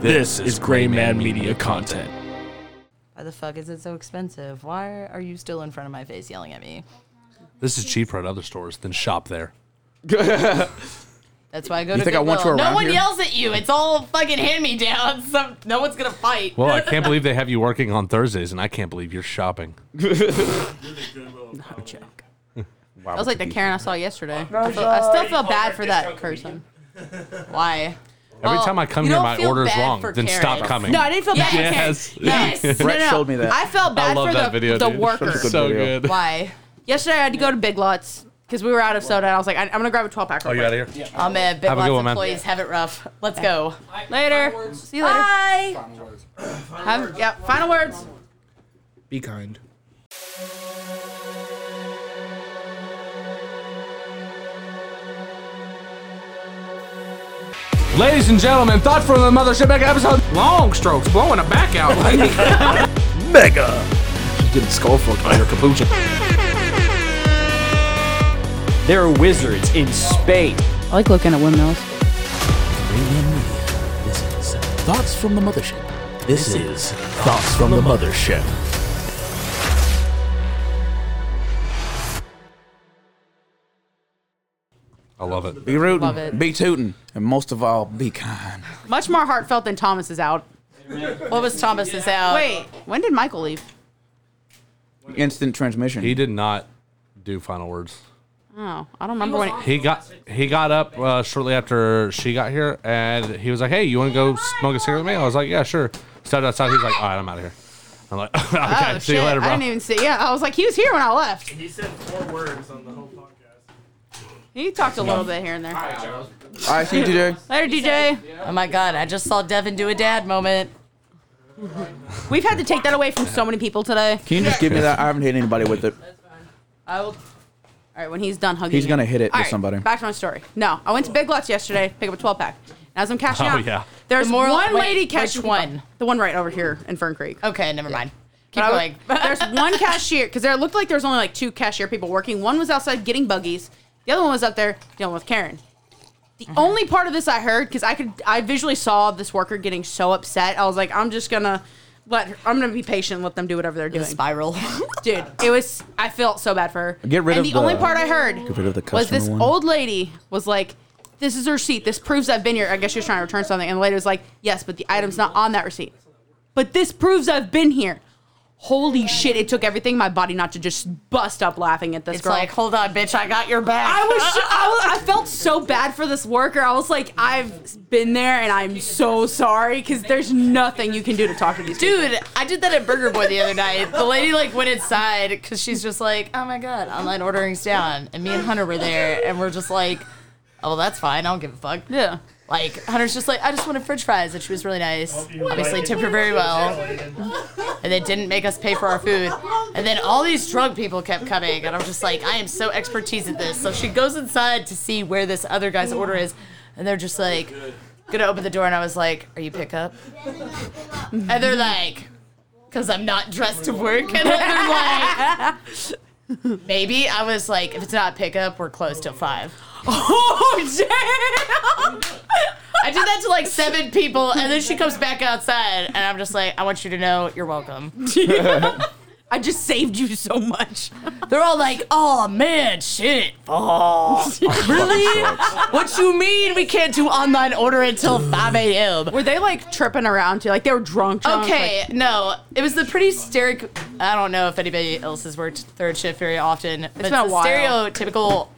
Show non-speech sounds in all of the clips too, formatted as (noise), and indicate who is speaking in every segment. Speaker 1: This is Gray Man Media content.
Speaker 2: Why the fuck is it so expensive? Why are you still in front of my face yelling at me?
Speaker 1: This is cheaper at other stores than shop there.
Speaker 2: That's why I go to
Speaker 1: think I want you
Speaker 2: Goodwill.
Speaker 1: around
Speaker 2: No one
Speaker 1: here?
Speaker 2: yells at you. It's all fucking hand me (laughs) downs. Some No one's gonna fight.
Speaker 1: Well, I can't believe they have you working on Thursdays, and I can't believe you're shopping.
Speaker 2: That was like the Karen I saw yesterday. I, feel- I still feel bad for that person. Why?
Speaker 1: Every
Speaker 2: Well,
Speaker 1: time I come
Speaker 2: you
Speaker 1: here,
Speaker 2: don't
Speaker 1: my
Speaker 2: feel
Speaker 1: order's
Speaker 2: bad
Speaker 1: wrong.
Speaker 2: for
Speaker 1: Then stop
Speaker 2: Karen.
Speaker 1: coming.
Speaker 2: No, I didn't feel bad. for Karen.
Speaker 1: Yes.
Speaker 2: Yes.
Speaker 3: Brett
Speaker 2: no, no, no.
Speaker 3: showed me that.
Speaker 2: I felt
Speaker 1: I
Speaker 2: bad
Speaker 1: love
Speaker 2: for
Speaker 1: that
Speaker 2: the,
Speaker 1: video.
Speaker 2: the
Speaker 1: dude.
Speaker 2: worker.
Speaker 3: Good
Speaker 1: so
Speaker 3: video.
Speaker 1: good.
Speaker 2: Why? Yesterday I had to go to Big Lots because we were out of soda. And I was like, I, I'm gonna grab a 12 pack.
Speaker 1: Oh, you out of here?
Speaker 2: Oh man, Big
Speaker 1: Have a
Speaker 2: Lots
Speaker 1: good one, man.
Speaker 2: employees have it rough. Let's go. Later. See you later. Bye. Final words. Have, yeah, final words.
Speaker 4: Be kind.
Speaker 1: Ladies and gentlemen, thought from the mothership mega episode.
Speaker 4: Long strokes, blowing a back out.
Speaker 1: Mega.
Speaker 3: Getting skull fucked by your capuchin. There are wizards in space.
Speaker 2: I like looking at windmills.
Speaker 5: This is Thoughts from the Mothership. This, is Thoughts from the Mothership.
Speaker 1: (laughs) I love it.
Speaker 3: Be rooting,
Speaker 2: Love it.
Speaker 3: be tooting, and most of all, be kind.
Speaker 6: Much more heartfelt than Thomas is out.
Speaker 2: What was Thomas's out?
Speaker 6: Wait, when did Michael leave?
Speaker 3: Instant transmission.
Speaker 1: He did not do final words.
Speaker 6: Oh, I don't remember when. He,
Speaker 1: He got he got up uh, shortly after she got here, and he was like, "Hey, you want to go smoke a cigarette with me?" I was like, "Yeah, sure." Stepped outside. He's like, "All right, I'm out of here." I'm like, (laughs) "Okay,
Speaker 6: oh
Speaker 1: see
Speaker 6: shit!
Speaker 1: you later, bro."
Speaker 6: I didn't even see. Yeah, I was like, he was here when I left.
Speaker 7: He said four words on the whole podcast.
Speaker 6: He talked a little bit here and there.
Speaker 3: All right, see you, DJ.
Speaker 6: Later, DJ.
Speaker 2: Oh my god, I just saw Devin do a dad moment.
Speaker 6: We've had to take that away from so many people today.
Speaker 3: Can you just give me that? I haven't hit anybody with it.
Speaker 6: I will. All right, when he's done hugging,
Speaker 3: He's
Speaker 6: you.
Speaker 3: gonna hit it
Speaker 6: All
Speaker 3: with
Speaker 6: right,
Speaker 3: somebody.
Speaker 6: Back to my story. No, I went to Big Lots yesterday, pick up a 12 pack. As I'm cashing
Speaker 1: Oh,
Speaker 6: out,
Speaker 1: yeah.
Speaker 6: there's
Speaker 2: The moral-
Speaker 6: one
Speaker 2: wait,
Speaker 6: lady cashing.
Speaker 2: which one?
Speaker 6: The one right over here in Fern Creek.
Speaker 2: Okay, never mind.
Speaker 6: But
Speaker 2: Keep
Speaker 6: I (laughs)
Speaker 2: going.
Speaker 6: would- there's one cashier because there looked like there was only like two cashier people working. One was outside getting buggies. The other one was up there dealing with Karen. The
Speaker 2: Mm-hmm.
Speaker 6: only part of this I heard because I could I visually saw this worker getting so upset. I was like, I'm just gonna let her, I'm gonna be patient, and let them do whatever they're
Speaker 2: The
Speaker 6: doing.
Speaker 2: (laughs) spiral.
Speaker 6: Dude, it was I felt so bad for her.
Speaker 3: Get rid
Speaker 6: and
Speaker 3: of
Speaker 6: the only
Speaker 3: the-
Speaker 6: part I heard
Speaker 3: Get rid of the
Speaker 6: was
Speaker 3: customer
Speaker 6: this
Speaker 3: one.
Speaker 6: old lady was like, "This is her receipt. This proves I've been here." I guess she was trying to return something, and the lady was like, "Yes, but the item's not on that receipt." But this proves I've been here. Holy shit! It took everything in my body not to just bust up laughing at this
Speaker 2: It's
Speaker 6: girl.
Speaker 2: like, hold on, bitch, I got your back.
Speaker 6: I was, I was, I felt so bad for this worker. I was like, I've been there, and I'm so sorry because there's nothing you can do to talk to these people.
Speaker 2: Dude, I did that at Burger Boy the other night. The lady like went inside because she's just like, "Oh my god, online ordering's down." And me and Hunter were there, and we're just like, "Oh, well, that's fine. I don't give a fuck."
Speaker 6: Yeah. (laughs)
Speaker 2: Like Hunter's just like, "I just wanted French fries," and she was really nice. Obviously, tipped her very well, and they didn't make us pay for our food. And then all these drug people kept coming, and I'm just like, "I am so expertise at this." So she goes inside to see where this other guy's order is, and they're just like, "Gonna open the door," and I was like, "Are you pickup?" And they're like, because I'm not dressed to work. (laughs) And they're like, maybe. I was like, if it's not pickup, we're closed till five.
Speaker 6: Oh damn!
Speaker 2: I did that to like seven people, and then she comes back outside, and I'm just like, I want you to know you're welcome.
Speaker 6: I just saved you so much.
Speaker 2: They're all like, oh man, shit. Oh, (laughs) really? what you mean we can't do online order until 5
Speaker 6: (laughs)
Speaker 2: a.m.?
Speaker 6: Were they like tripping around too? Like they were drunk. drunk
Speaker 2: Okay,
Speaker 6: like-
Speaker 2: no, it was the pretty steric. I don't know if anybody else has worked third shift very often. But
Speaker 6: been a
Speaker 2: the
Speaker 6: while.
Speaker 2: Stereotypical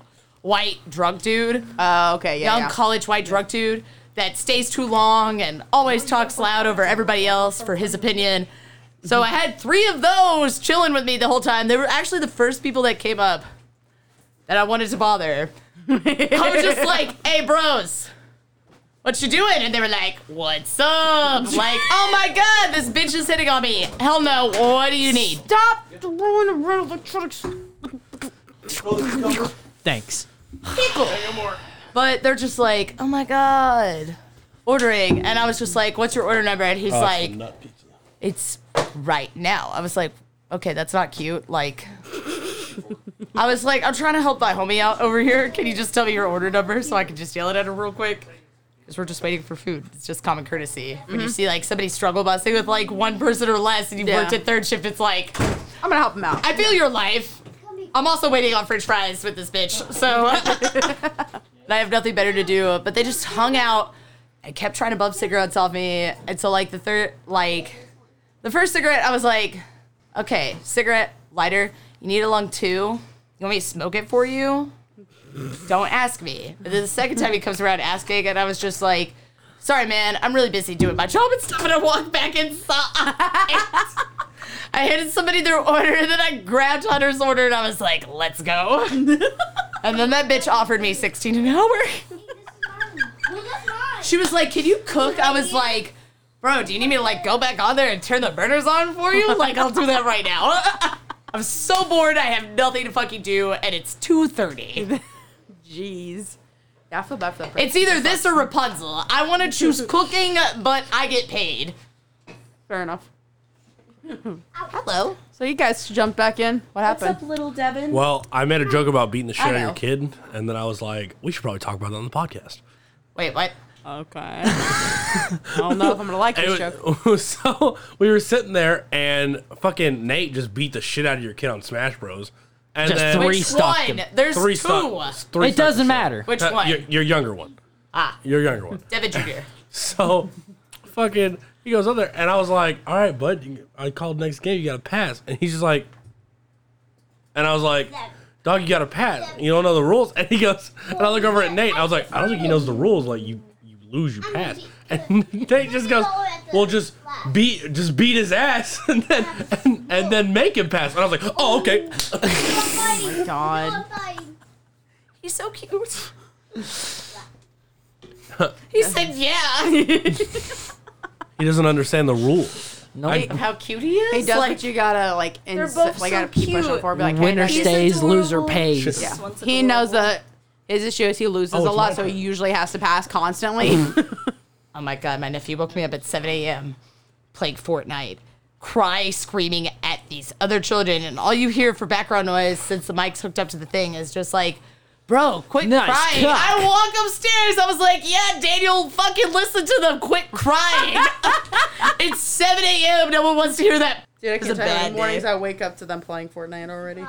Speaker 2: white drunk dude,
Speaker 6: Oh, okay. Yeah.
Speaker 2: young
Speaker 6: yeah.
Speaker 2: college white drunk dude that stays too long and always talks loud over everybody else for his opinion. So I had three of those chilling with me the whole time. They were actually the first people that came up that I wanted to bother. I
Speaker 6: (laughs)
Speaker 2: was just like, "Hey, bros." What you doing? And they were like, "What's up?" Like, "Oh my god, this bitch is hitting on me." Hell no. What do you need?
Speaker 6: Stop throwing around electronics.
Speaker 5: Thanks.
Speaker 2: people. But they're just like, oh my god, ordering, and I was just like, what's your order number? And he's like, it's right now. I was like, okay, that's not cute. Like, (laughs) I was like, I'm trying to help my homie out over here. Can you just tell me your order number so I can just yell it at him real quick? because we're just waiting for food. It's just common courtesy. When you see like somebody struggle busing with like one person or less, and you
Speaker 6: Yeah.
Speaker 2: worked at third shift, it's like
Speaker 6: I'm gonna help him out.
Speaker 2: I feel your life. I'm also waiting on French fries with this bitch, so and I have nothing better to do. But they just hung out and kept trying to bump cigarettes off me, and so like the third, like the first cigarette, I was like, okay, cigarette lighter. You need a lung too. You want me to smoke it for you? Don't ask me. But then the second time he comes around asking, and I was just like, sorry, man, I'm really busy doing my job and stuff, and I walked back inside. I handed somebody their order, and then I grabbed Hunter's order, and I was like, let's go. and then that bitch offered me 16 an hour. She was like, can you cook? I was like, bro, do you need me to like go back on there and turn the burners on for you? Like, I'll do that right now. (laughs) I'm so bored. I have nothing to fucking do, and it's 2.30.
Speaker 6: Jeez. Yeah, I feel bad for that. person.
Speaker 2: It's either this or Rapunzel. I want to choose cooking, but I get paid.
Speaker 6: Fair enough.
Speaker 2: Hello.
Speaker 6: So you guys jumped back in. What happened?
Speaker 2: little Devin?
Speaker 8: Well, I made a joke about beating the shit out of
Speaker 2: know.
Speaker 8: your kid, and then I was like, we should probably talk about that on the podcast.
Speaker 2: Wait, what?
Speaker 6: Okay. (laughs) I don't know if I'm gonna like this
Speaker 8: Anyway, (laughs)
Speaker 6: joke.
Speaker 8: so we were sitting there, and fucking Nate just beat the shit out of your kid on Smash Bros. And
Speaker 9: Just
Speaker 8: then
Speaker 9: three
Speaker 2: Which
Speaker 9: stalked
Speaker 2: one?
Speaker 9: him.
Speaker 2: There's
Speaker 8: three
Speaker 2: two.
Speaker 8: stun- three
Speaker 9: It doesn't
Speaker 8: stuns.
Speaker 9: matter.
Speaker 2: Which
Speaker 8: Uh,
Speaker 2: one?
Speaker 8: Your, your younger one.
Speaker 2: Ah.
Speaker 8: Your younger one.
Speaker 2: Devin Jr.
Speaker 8: So, fucking, he goes up there, and I was like, "All right, bud, you- I called next game. You got to pass." And he's just like, and I was like, "Dog, you got to pass. You don't know the rules." And he goes, and I look over at Nate, and I was like, "I don't think he knows the rules. Like, you you lose, you pass." And (laughs) Nate just goes, "Well, just beat just beat his ass, (laughs) and then and, and then make him pass." And I was like, "Oh, okay."
Speaker 10: Oh
Speaker 2: God. He's so cute. he said, yeah.
Speaker 8: He doesn't understand the rules.
Speaker 9: No,
Speaker 8: I-
Speaker 2: How cute he is.
Speaker 6: He does,
Speaker 2: like,
Speaker 6: but you gotta like, ins-
Speaker 2: both
Speaker 6: like
Speaker 2: so
Speaker 6: gotta keep pushing
Speaker 2: cute.
Speaker 6: forward. Be like, hey,
Speaker 9: winner
Speaker 6: that's-
Speaker 2: He's
Speaker 9: stays, loser
Speaker 2: adorable.
Speaker 9: pays.
Speaker 8: Shit.
Speaker 6: Yeah. He knows that his issue is he
Speaker 9: Oh,
Speaker 6: loses a
Speaker 8: it's
Speaker 6: lot,
Speaker 8: my
Speaker 6: so he
Speaker 8: turn.
Speaker 6: usually has to pass
Speaker 9: (laughs)
Speaker 6: constantly.
Speaker 2: oh my God, my nephew woke me up at 7 a.m. playing Fortnite, cry screaming at these other children. And all you hear for background noise since the mic's hooked up to the thing is just like, Bro, quit
Speaker 9: Nice
Speaker 2: crying.
Speaker 9: cock.
Speaker 2: I walk upstairs. I was like, yeah, Daniel, fucking listen to them. Quit crying. it's 7 a.m. No one wants to hear that.
Speaker 6: Dude, I
Speaker 2: was a
Speaker 6: can tell you,
Speaker 2: bad
Speaker 6: in the mornings
Speaker 2: day.
Speaker 6: I wake up to them playing Fortnite already.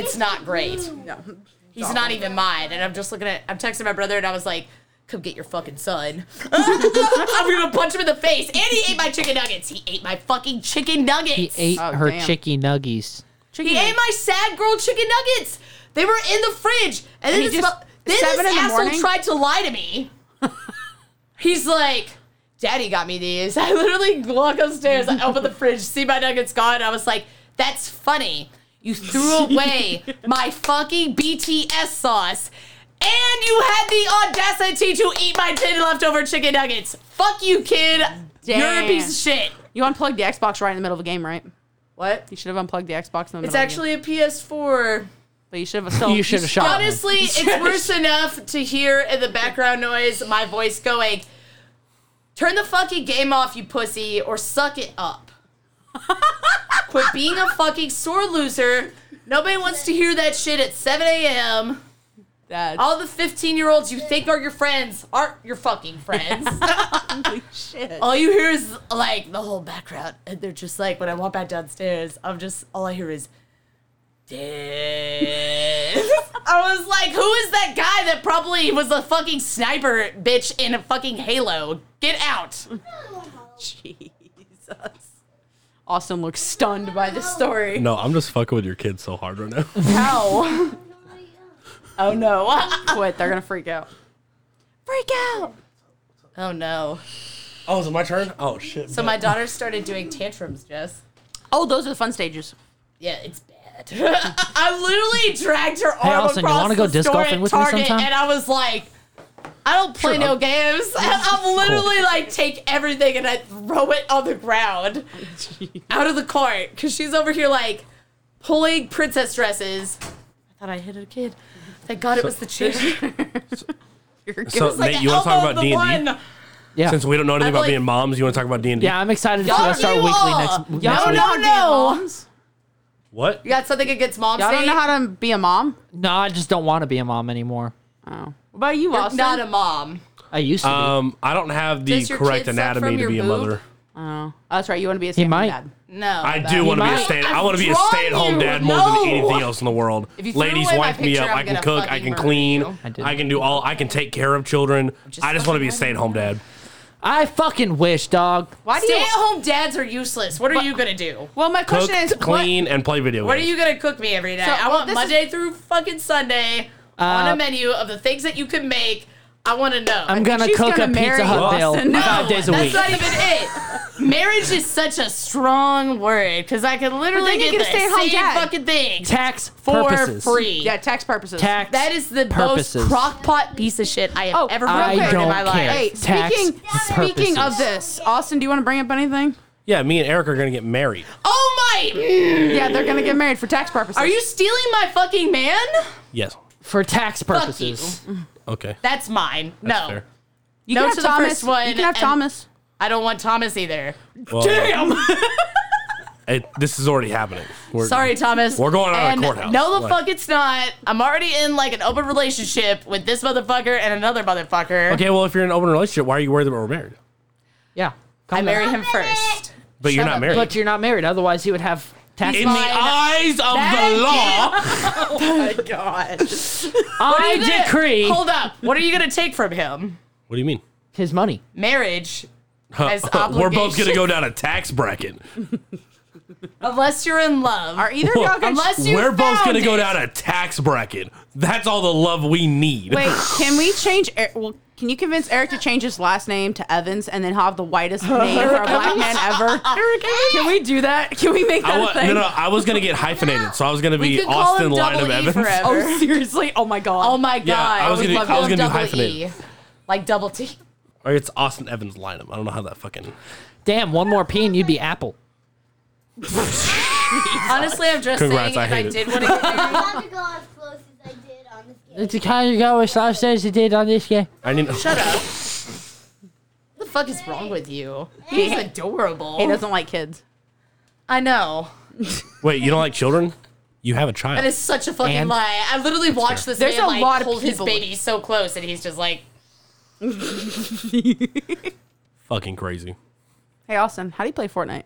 Speaker 2: It's not great.
Speaker 6: No.
Speaker 2: He's not even mine. And I'm just looking at, I'm texting my brother and I was like, come get your fucking son. (laughs) I'm gonna punch him in the face. And he ate my chicken nuggets. He ate my fucking chicken nuggets.
Speaker 9: He ate
Speaker 6: Oh,
Speaker 9: her
Speaker 6: damn.
Speaker 9: chicky nuggies.
Speaker 2: He ate my sad girl chicken nuggets. They were in the fridge. And then
Speaker 6: he
Speaker 2: this,
Speaker 6: just-
Speaker 2: mo- then this
Speaker 6: seven in the
Speaker 2: asshole
Speaker 6: morning?
Speaker 2: tried to lie
Speaker 6: (laughs)
Speaker 2: to me. He's like, Daddy got me these. (laughs) I literally walk upstairs, I open the fridge, see my nuggets gone. I was like, That's funny.
Speaker 6: (laughs)
Speaker 2: You threw away my fucking BTS sauce. And you had the audacity to eat my 10 leftover chicken nuggets. Fuck you, kid. You're a
Speaker 6: Damn.
Speaker 2: piece of shit.
Speaker 6: You unplugged the Xbox right in the middle of a game, right?
Speaker 2: What?
Speaker 6: You should have unplugged the Xbox in the middle.
Speaker 2: It's
Speaker 6: of a game.
Speaker 2: actually a PS4.
Speaker 6: But you should have still.
Speaker 9: (laughs)
Speaker 6: (laughs)
Speaker 9: You should have shot him.
Speaker 2: Honestly, it's worse enough to hear in the background noise my voice going, "Turn the fucking game off, you pussy, or suck it up." Quit being a fucking sore loser. Nobody wants to hear that shit at 7 a.m.
Speaker 6: That's
Speaker 2: All the 15 year olds you think are your friends aren't your fucking friends.
Speaker 6: shit.
Speaker 2: all you hear is like the whole background, and they're just like, when I walk back downstairs, I'm just, all I hear is, dead. I was like, who is that guy that probably was a fucking sniper bitch in a fucking Halo? Get out.
Speaker 6: Jesus. Austin looks stunned by this story.
Speaker 8: No, I'm just fucking with your kid so hard right now.
Speaker 6: (laughs) How?
Speaker 2: Oh no.
Speaker 6: Quit. They're gonna freak out.
Speaker 2: Freak out. Oh no.
Speaker 8: oh, is it my turn? Oh shit.
Speaker 2: So my daughter started doing tantrums, Jess.
Speaker 6: Oh, those are the fun stages.
Speaker 2: Yeah, it's bad. (laughs) I literally dragged her arm
Speaker 9: Allison, you
Speaker 2: across
Speaker 9: wanna go
Speaker 2: the
Speaker 9: disc
Speaker 2: store
Speaker 9: golfing
Speaker 2: at
Speaker 9: with me
Speaker 2: Target,
Speaker 9: sometime?
Speaker 2: and I was like, I don't play no games. (laughs) I'm literally like take everything and I throw it on the
Speaker 9: (laughs)
Speaker 2: ground out of the cart because she's over here like pulling princess dresses. I thought I hit a kid. Thank God it was the chair. (laughs)
Speaker 8: So
Speaker 2: Like
Speaker 8: Nate,
Speaker 2: the
Speaker 8: you want to
Speaker 2: elbow
Speaker 8: talk
Speaker 2: of
Speaker 8: about
Speaker 2: the
Speaker 8: D and D?
Speaker 2: one.
Speaker 9: Yeah.
Speaker 8: Since we don't know anything
Speaker 2: I'm
Speaker 8: about
Speaker 2: like-
Speaker 8: being moms, you want to talk about D and D?
Speaker 9: yeah, I'm excited to
Speaker 2: Y'all
Speaker 9: start
Speaker 2: you
Speaker 9: weekly
Speaker 2: all-
Speaker 9: next, next
Speaker 6: Oh,
Speaker 2: Y'all
Speaker 9: week.
Speaker 2: know
Speaker 6: Being
Speaker 2: no.
Speaker 6: moms?
Speaker 8: What?
Speaker 2: You got something against moms?
Speaker 6: Y'all don't know
Speaker 2: Nate?
Speaker 6: how to be a mom.
Speaker 9: No, I just don't want to be a mom anymore.
Speaker 6: Oh. What about you,
Speaker 2: You're
Speaker 6: Austin?
Speaker 2: not a mom.
Speaker 9: I used to. be.
Speaker 8: Um, I don't have the
Speaker 2: Does your
Speaker 8: correct
Speaker 2: kid suck from
Speaker 8: anatomy to
Speaker 2: your
Speaker 8: be a
Speaker 2: boob?
Speaker 8: mother.
Speaker 6: Oh, that's right. You want to be a stay-at-home
Speaker 9: might.
Speaker 6: dad.
Speaker 2: No.
Speaker 8: I
Speaker 2: but-
Speaker 8: do want to be a
Speaker 9: might-
Speaker 8: stay. I
Speaker 2: I've
Speaker 8: want to be a
Speaker 2: drawn
Speaker 8: stay-at-home
Speaker 2: you.
Speaker 8: dad more than
Speaker 2: No.
Speaker 8: anything else in the world.
Speaker 2: If you threw
Speaker 8: Ladies,
Speaker 2: away my
Speaker 8: wife me
Speaker 2: picture,
Speaker 8: up.
Speaker 2: I'm
Speaker 8: I can
Speaker 2: gonna
Speaker 8: cook.
Speaker 2: fucking
Speaker 8: I can
Speaker 2: murder
Speaker 8: clean.
Speaker 2: you.
Speaker 9: I didn't.
Speaker 8: I can do all. I can take care of children. I just want to be a stay-at-home dad.
Speaker 9: I fucking wish, dog.
Speaker 6: Why do you?
Speaker 2: Stay-at-home dads are useless. What are you gonna do?
Speaker 6: Well, my
Speaker 8: Cook,
Speaker 6: question is, what,
Speaker 8: clean, and play video games.
Speaker 2: What are you gonna cook me every day?
Speaker 6: So,
Speaker 2: I
Speaker 6: well,
Speaker 2: want
Speaker 6: this is-
Speaker 2: Monday through fucking Sunday on a menu of the things that you can make. I want to know.
Speaker 9: Uh, I'm gonna
Speaker 6: she's
Speaker 9: cook
Speaker 6: gonna
Speaker 9: a
Speaker 6: marry
Speaker 9: Pizza Hut bill
Speaker 6: Austin. No,
Speaker 9: five days a
Speaker 2: That's
Speaker 9: week.
Speaker 2: not even it. (laughs) Marriage is such a strong word because I can literally
Speaker 6: then you
Speaker 2: get,
Speaker 6: get a
Speaker 2: the
Speaker 6: stay-at-home
Speaker 2: same
Speaker 6: dad.
Speaker 2: fucking thing
Speaker 9: Tax
Speaker 2: for
Speaker 9: purposes.
Speaker 2: free.
Speaker 6: yeah, tax purposes.
Speaker 9: Tax.
Speaker 2: That is the
Speaker 9: purposes.
Speaker 2: most crockpot piece of shit I have
Speaker 6: Oh,
Speaker 2: ever
Speaker 6: real
Speaker 9: I
Speaker 2: heard
Speaker 6: quick.
Speaker 9: don't
Speaker 2: in my
Speaker 9: care.
Speaker 2: life.
Speaker 6: Hey,
Speaker 9: Tax
Speaker 6: speaking speaking of
Speaker 9: purposes.
Speaker 6: this, Austin, do you want to bring up anything?
Speaker 8: Yeah, me and Eric are gonna get married.
Speaker 2: Oh my!
Speaker 6: Yeah, they're gonna get married for tax purposes.
Speaker 2: Are you stealing my fucking man?
Speaker 8: Yes.
Speaker 9: for tax purposes.
Speaker 8: Okay.
Speaker 2: That's mine.
Speaker 8: That's
Speaker 2: no,
Speaker 8: fair.
Speaker 6: You
Speaker 2: No
Speaker 6: can have
Speaker 2: to the
Speaker 6: Thomas.
Speaker 2: first one
Speaker 6: You can have
Speaker 2: and-
Speaker 6: Thomas.
Speaker 2: I don't want Thomas either.
Speaker 8: Well, Damn. this is already happening. We're-
Speaker 2: Sorry, Thomas.
Speaker 8: We're going out of
Speaker 2: And
Speaker 8: courthouse.
Speaker 2: No, the
Speaker 8: Like-
Speaker 2: fuck it's not. I'm already in like an open relationship with this motherfucker and another motherfucker.
Speaker 8: Okay. Well, if you're in an open relationship, why are you worried that we're married?
Speaker 9: Yeah.
Speaker 2: I
Speaker 9: Calm down.
Speaker 2: marry him (laughs) first.
Speaker 8: But you're
Speaker 2: Shut
Speaker 8: not
Speaker 2: up,
Speaker 8: married.
Speaker 9: But you're not married, otherwise he would have tax.
Speaker 8: in the
Speaker 2: fine.
Speaker 8: eyes of
Speaker 2: Thank
Speaker 8: the law,
Speaker 2: Oh (laughs)
Speaker 9: I
Speaker 2: You're gonna-
Speaker 9: decree
Speaker 2: Hold up. What are you gonna take from him?
Speaker 8: What do you mean?
Speaker 9: his money.
Speaker 8: (laughs)
Speaker 2: Marriage. As
Speaker 8: We're both gonna
Speaker 2: obligations.
Speaker 8: go down a tax bracket.
Speaker 2: Unless you're in love.
Speaker 6: Are either of
Speaker 8: Well,
Speaker 6: y'all gonna?
Speaker 2: Unless you
Speaker 8: We're both
Speaker 2: found
Speaker 8: gonna go
Speaker 2: it.
Speaker 8: down a tax bracket. That's all the love we need.
Speaker 6: Wait, can we change? Eric, well, can you convince Eric to change his last name to Evans and then have the (laughs) whitest name for a black man (laughs) ever? can we do that? Can we make
Speaker 8: I
Speaker 6: that
Speaker 8: wa-
Speaker 6: a thing?
Speaker 8: no, no, I was gonna get hyphenated, so I was gonna
Speaker 2: We
Speaker 8: be
Speaker 2: could call
Speaker 8: Austin
Speaker 2: him
Speaker 8: Line of
Speaker 2: double E
Speaker 8: Evans.
Speaker 2: forever. (laughs)
Speaker 6: Oh, seriously? Oh my god.
Speaker 2: Oh my god.
Speaker 8: I was
Speaker 2: would
Speaker 8: gonna-
Speaker 2: love
Speaker 8: I was
Speaker 2: to
Speaker 8: gonna do
Speaker 2: have double
Speaker 8: hyphenate.
Speaker 2: E. Like double T.
Speaker 8: Or it's Austin Evans Lineham. I don't know how that fucking.
Speaker 9: Damn, one more pee and you'd be Apple.
Speaker 2: Honestly, I'm just
Speaker 8: Congrats,
Speaker 2: saying
Speaker 8: I
Speaker 2: if I
Speaker 8: hate it.
Speaker 2: did
Speaker 8: (laughs)
Speaker 2: want to get married.
Speaker 10: I have to go as close as I did on this game.
Speaker 9: It's the kind of go as soft as he did on this game.
Speaker 8: I need.
Speaker 2: Shut up. What the fuck is wrong with you? (laughs) He's adorable.
Speaker 6: He doesn't like kids.
Speaker 2: I know.
Speaker 8: Wait, you don't like children? You have a child.
Speaker 2: That is such a fucking
Speaker 9: And-
Speaker 2: lie. I literally watched this
Speaker 6: There's
Speaker 2: man
Speaker 6: a
Speaker 2: like,
Speaker 6: lot of
Speaker 2: hold his
Speaker 6: people-
Speaker 2: baby so close, and he's just like,
Speaker 8: fucking crazy.
Speaker 6: Hey, Austin, how do you play Fortnite?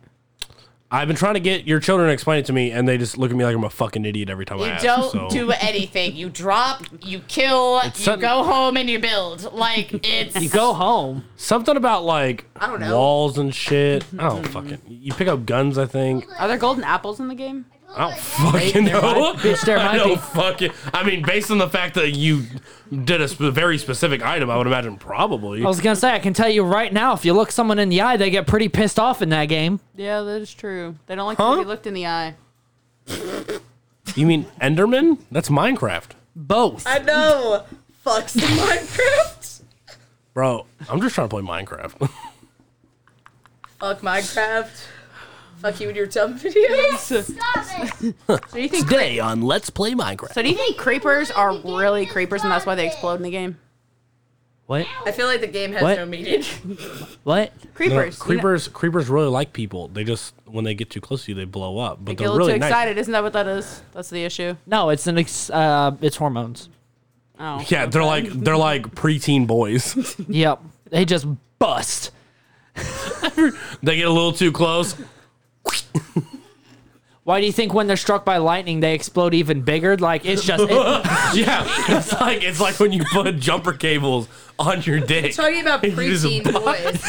Speaker 8: I've been trying to get your children to explain it to me, and they just look at me like I'm a fucking idiot every time I
Speaker 2: "You
Speaker 8: ask.
Speaker 2: don't
Speaker 8: so.
Speaker 2: do anything. You drop, you kill, you
Speaker 8: something-
Speaker 2: go home, and you build. Like it's
Speaker 9: You go home.
Speaker 8: Something about like
Speaker 2: I don't know.
Speaker 8: walls and shit. I don't fucking. You pick up guns, I think.
Speaker 6: Are there golden apples in the game?
Speaker 8: I don't fucking know.
Speaker 9: might- bitch,
Speaker 8: (laughs)
Speaker 9: there
Speaker 8: I
Speaker 9: might
Speaker 8: don't
Speaker 9: be.
Speaker 8: fucking. I mean, based on the fact that you did a sp- very specific item, I would imagine probably.
Speaker 9: I was gonna say, I can tell you right now, if you look someone in the eye, they get pretty pissed off in that game.
Speaker 6: Yeah, that is true. They don't like
Speaker 8: Huh?
Speaker 6: to be looked in the (laughs) eye.
Speaker 8: You mean Enderman? That's Minecraft,
Speaker 9: Both.
Speaker 2: I know. Fucks the Minecraft.
Speaker 8: bro. I'm just trying to play Minecraft. (laughs)
Speaker 2: Fuck Minecraft. Fuck you and your dumb videos.
Speaker 8: (laughs)
Speaker 6: So you think
Speaker 8: Today on Let's Play Minecraft.
Speaker 6: so do you think creepers are really creepers and that's why they explode in the game?
Speaker 9: What?
Speaker 2: I feel like the game has
Speaker 9: What?
Speaker 2: no meaning.
Speaker 9: What?
Speaker 6: Creepers. you know-
Speaker 8: Uh, creepers, creepers really like people. They just when they get too close to you, they blow up. But
Speaker 6: Get a
Speaker 8: they're
Speaker 6: little
Speaker 8: really
Speaker 6: too
Speaker 8: nice.
Speaker 6: excited, isn't that what that is? That's the issue.
Speaker 9: No, it's an ex- uh, it's hormones.
Speaker 6: Oh.
Speaker 8: Yeah, they're like they're like preteen boys.
Speaker 9: Yep. They just bust.
Speaker 8: they get a little too close.
Speaker 9: Why do you think when they're struck by lightning, they explode even bigger? Like it's just
Speaker 2: (laughs)
Speaker 9: it,
Speaker 8: (laughs) Yeah, it's like it's like when you put jumper cables on your dick.
Speaker 2: (laughs) Talking about
Speaker 9: (laughs)
Speaker 8: You just
Speaker 2: preteen
Speaker 8: bu-
Speaker 2: boys.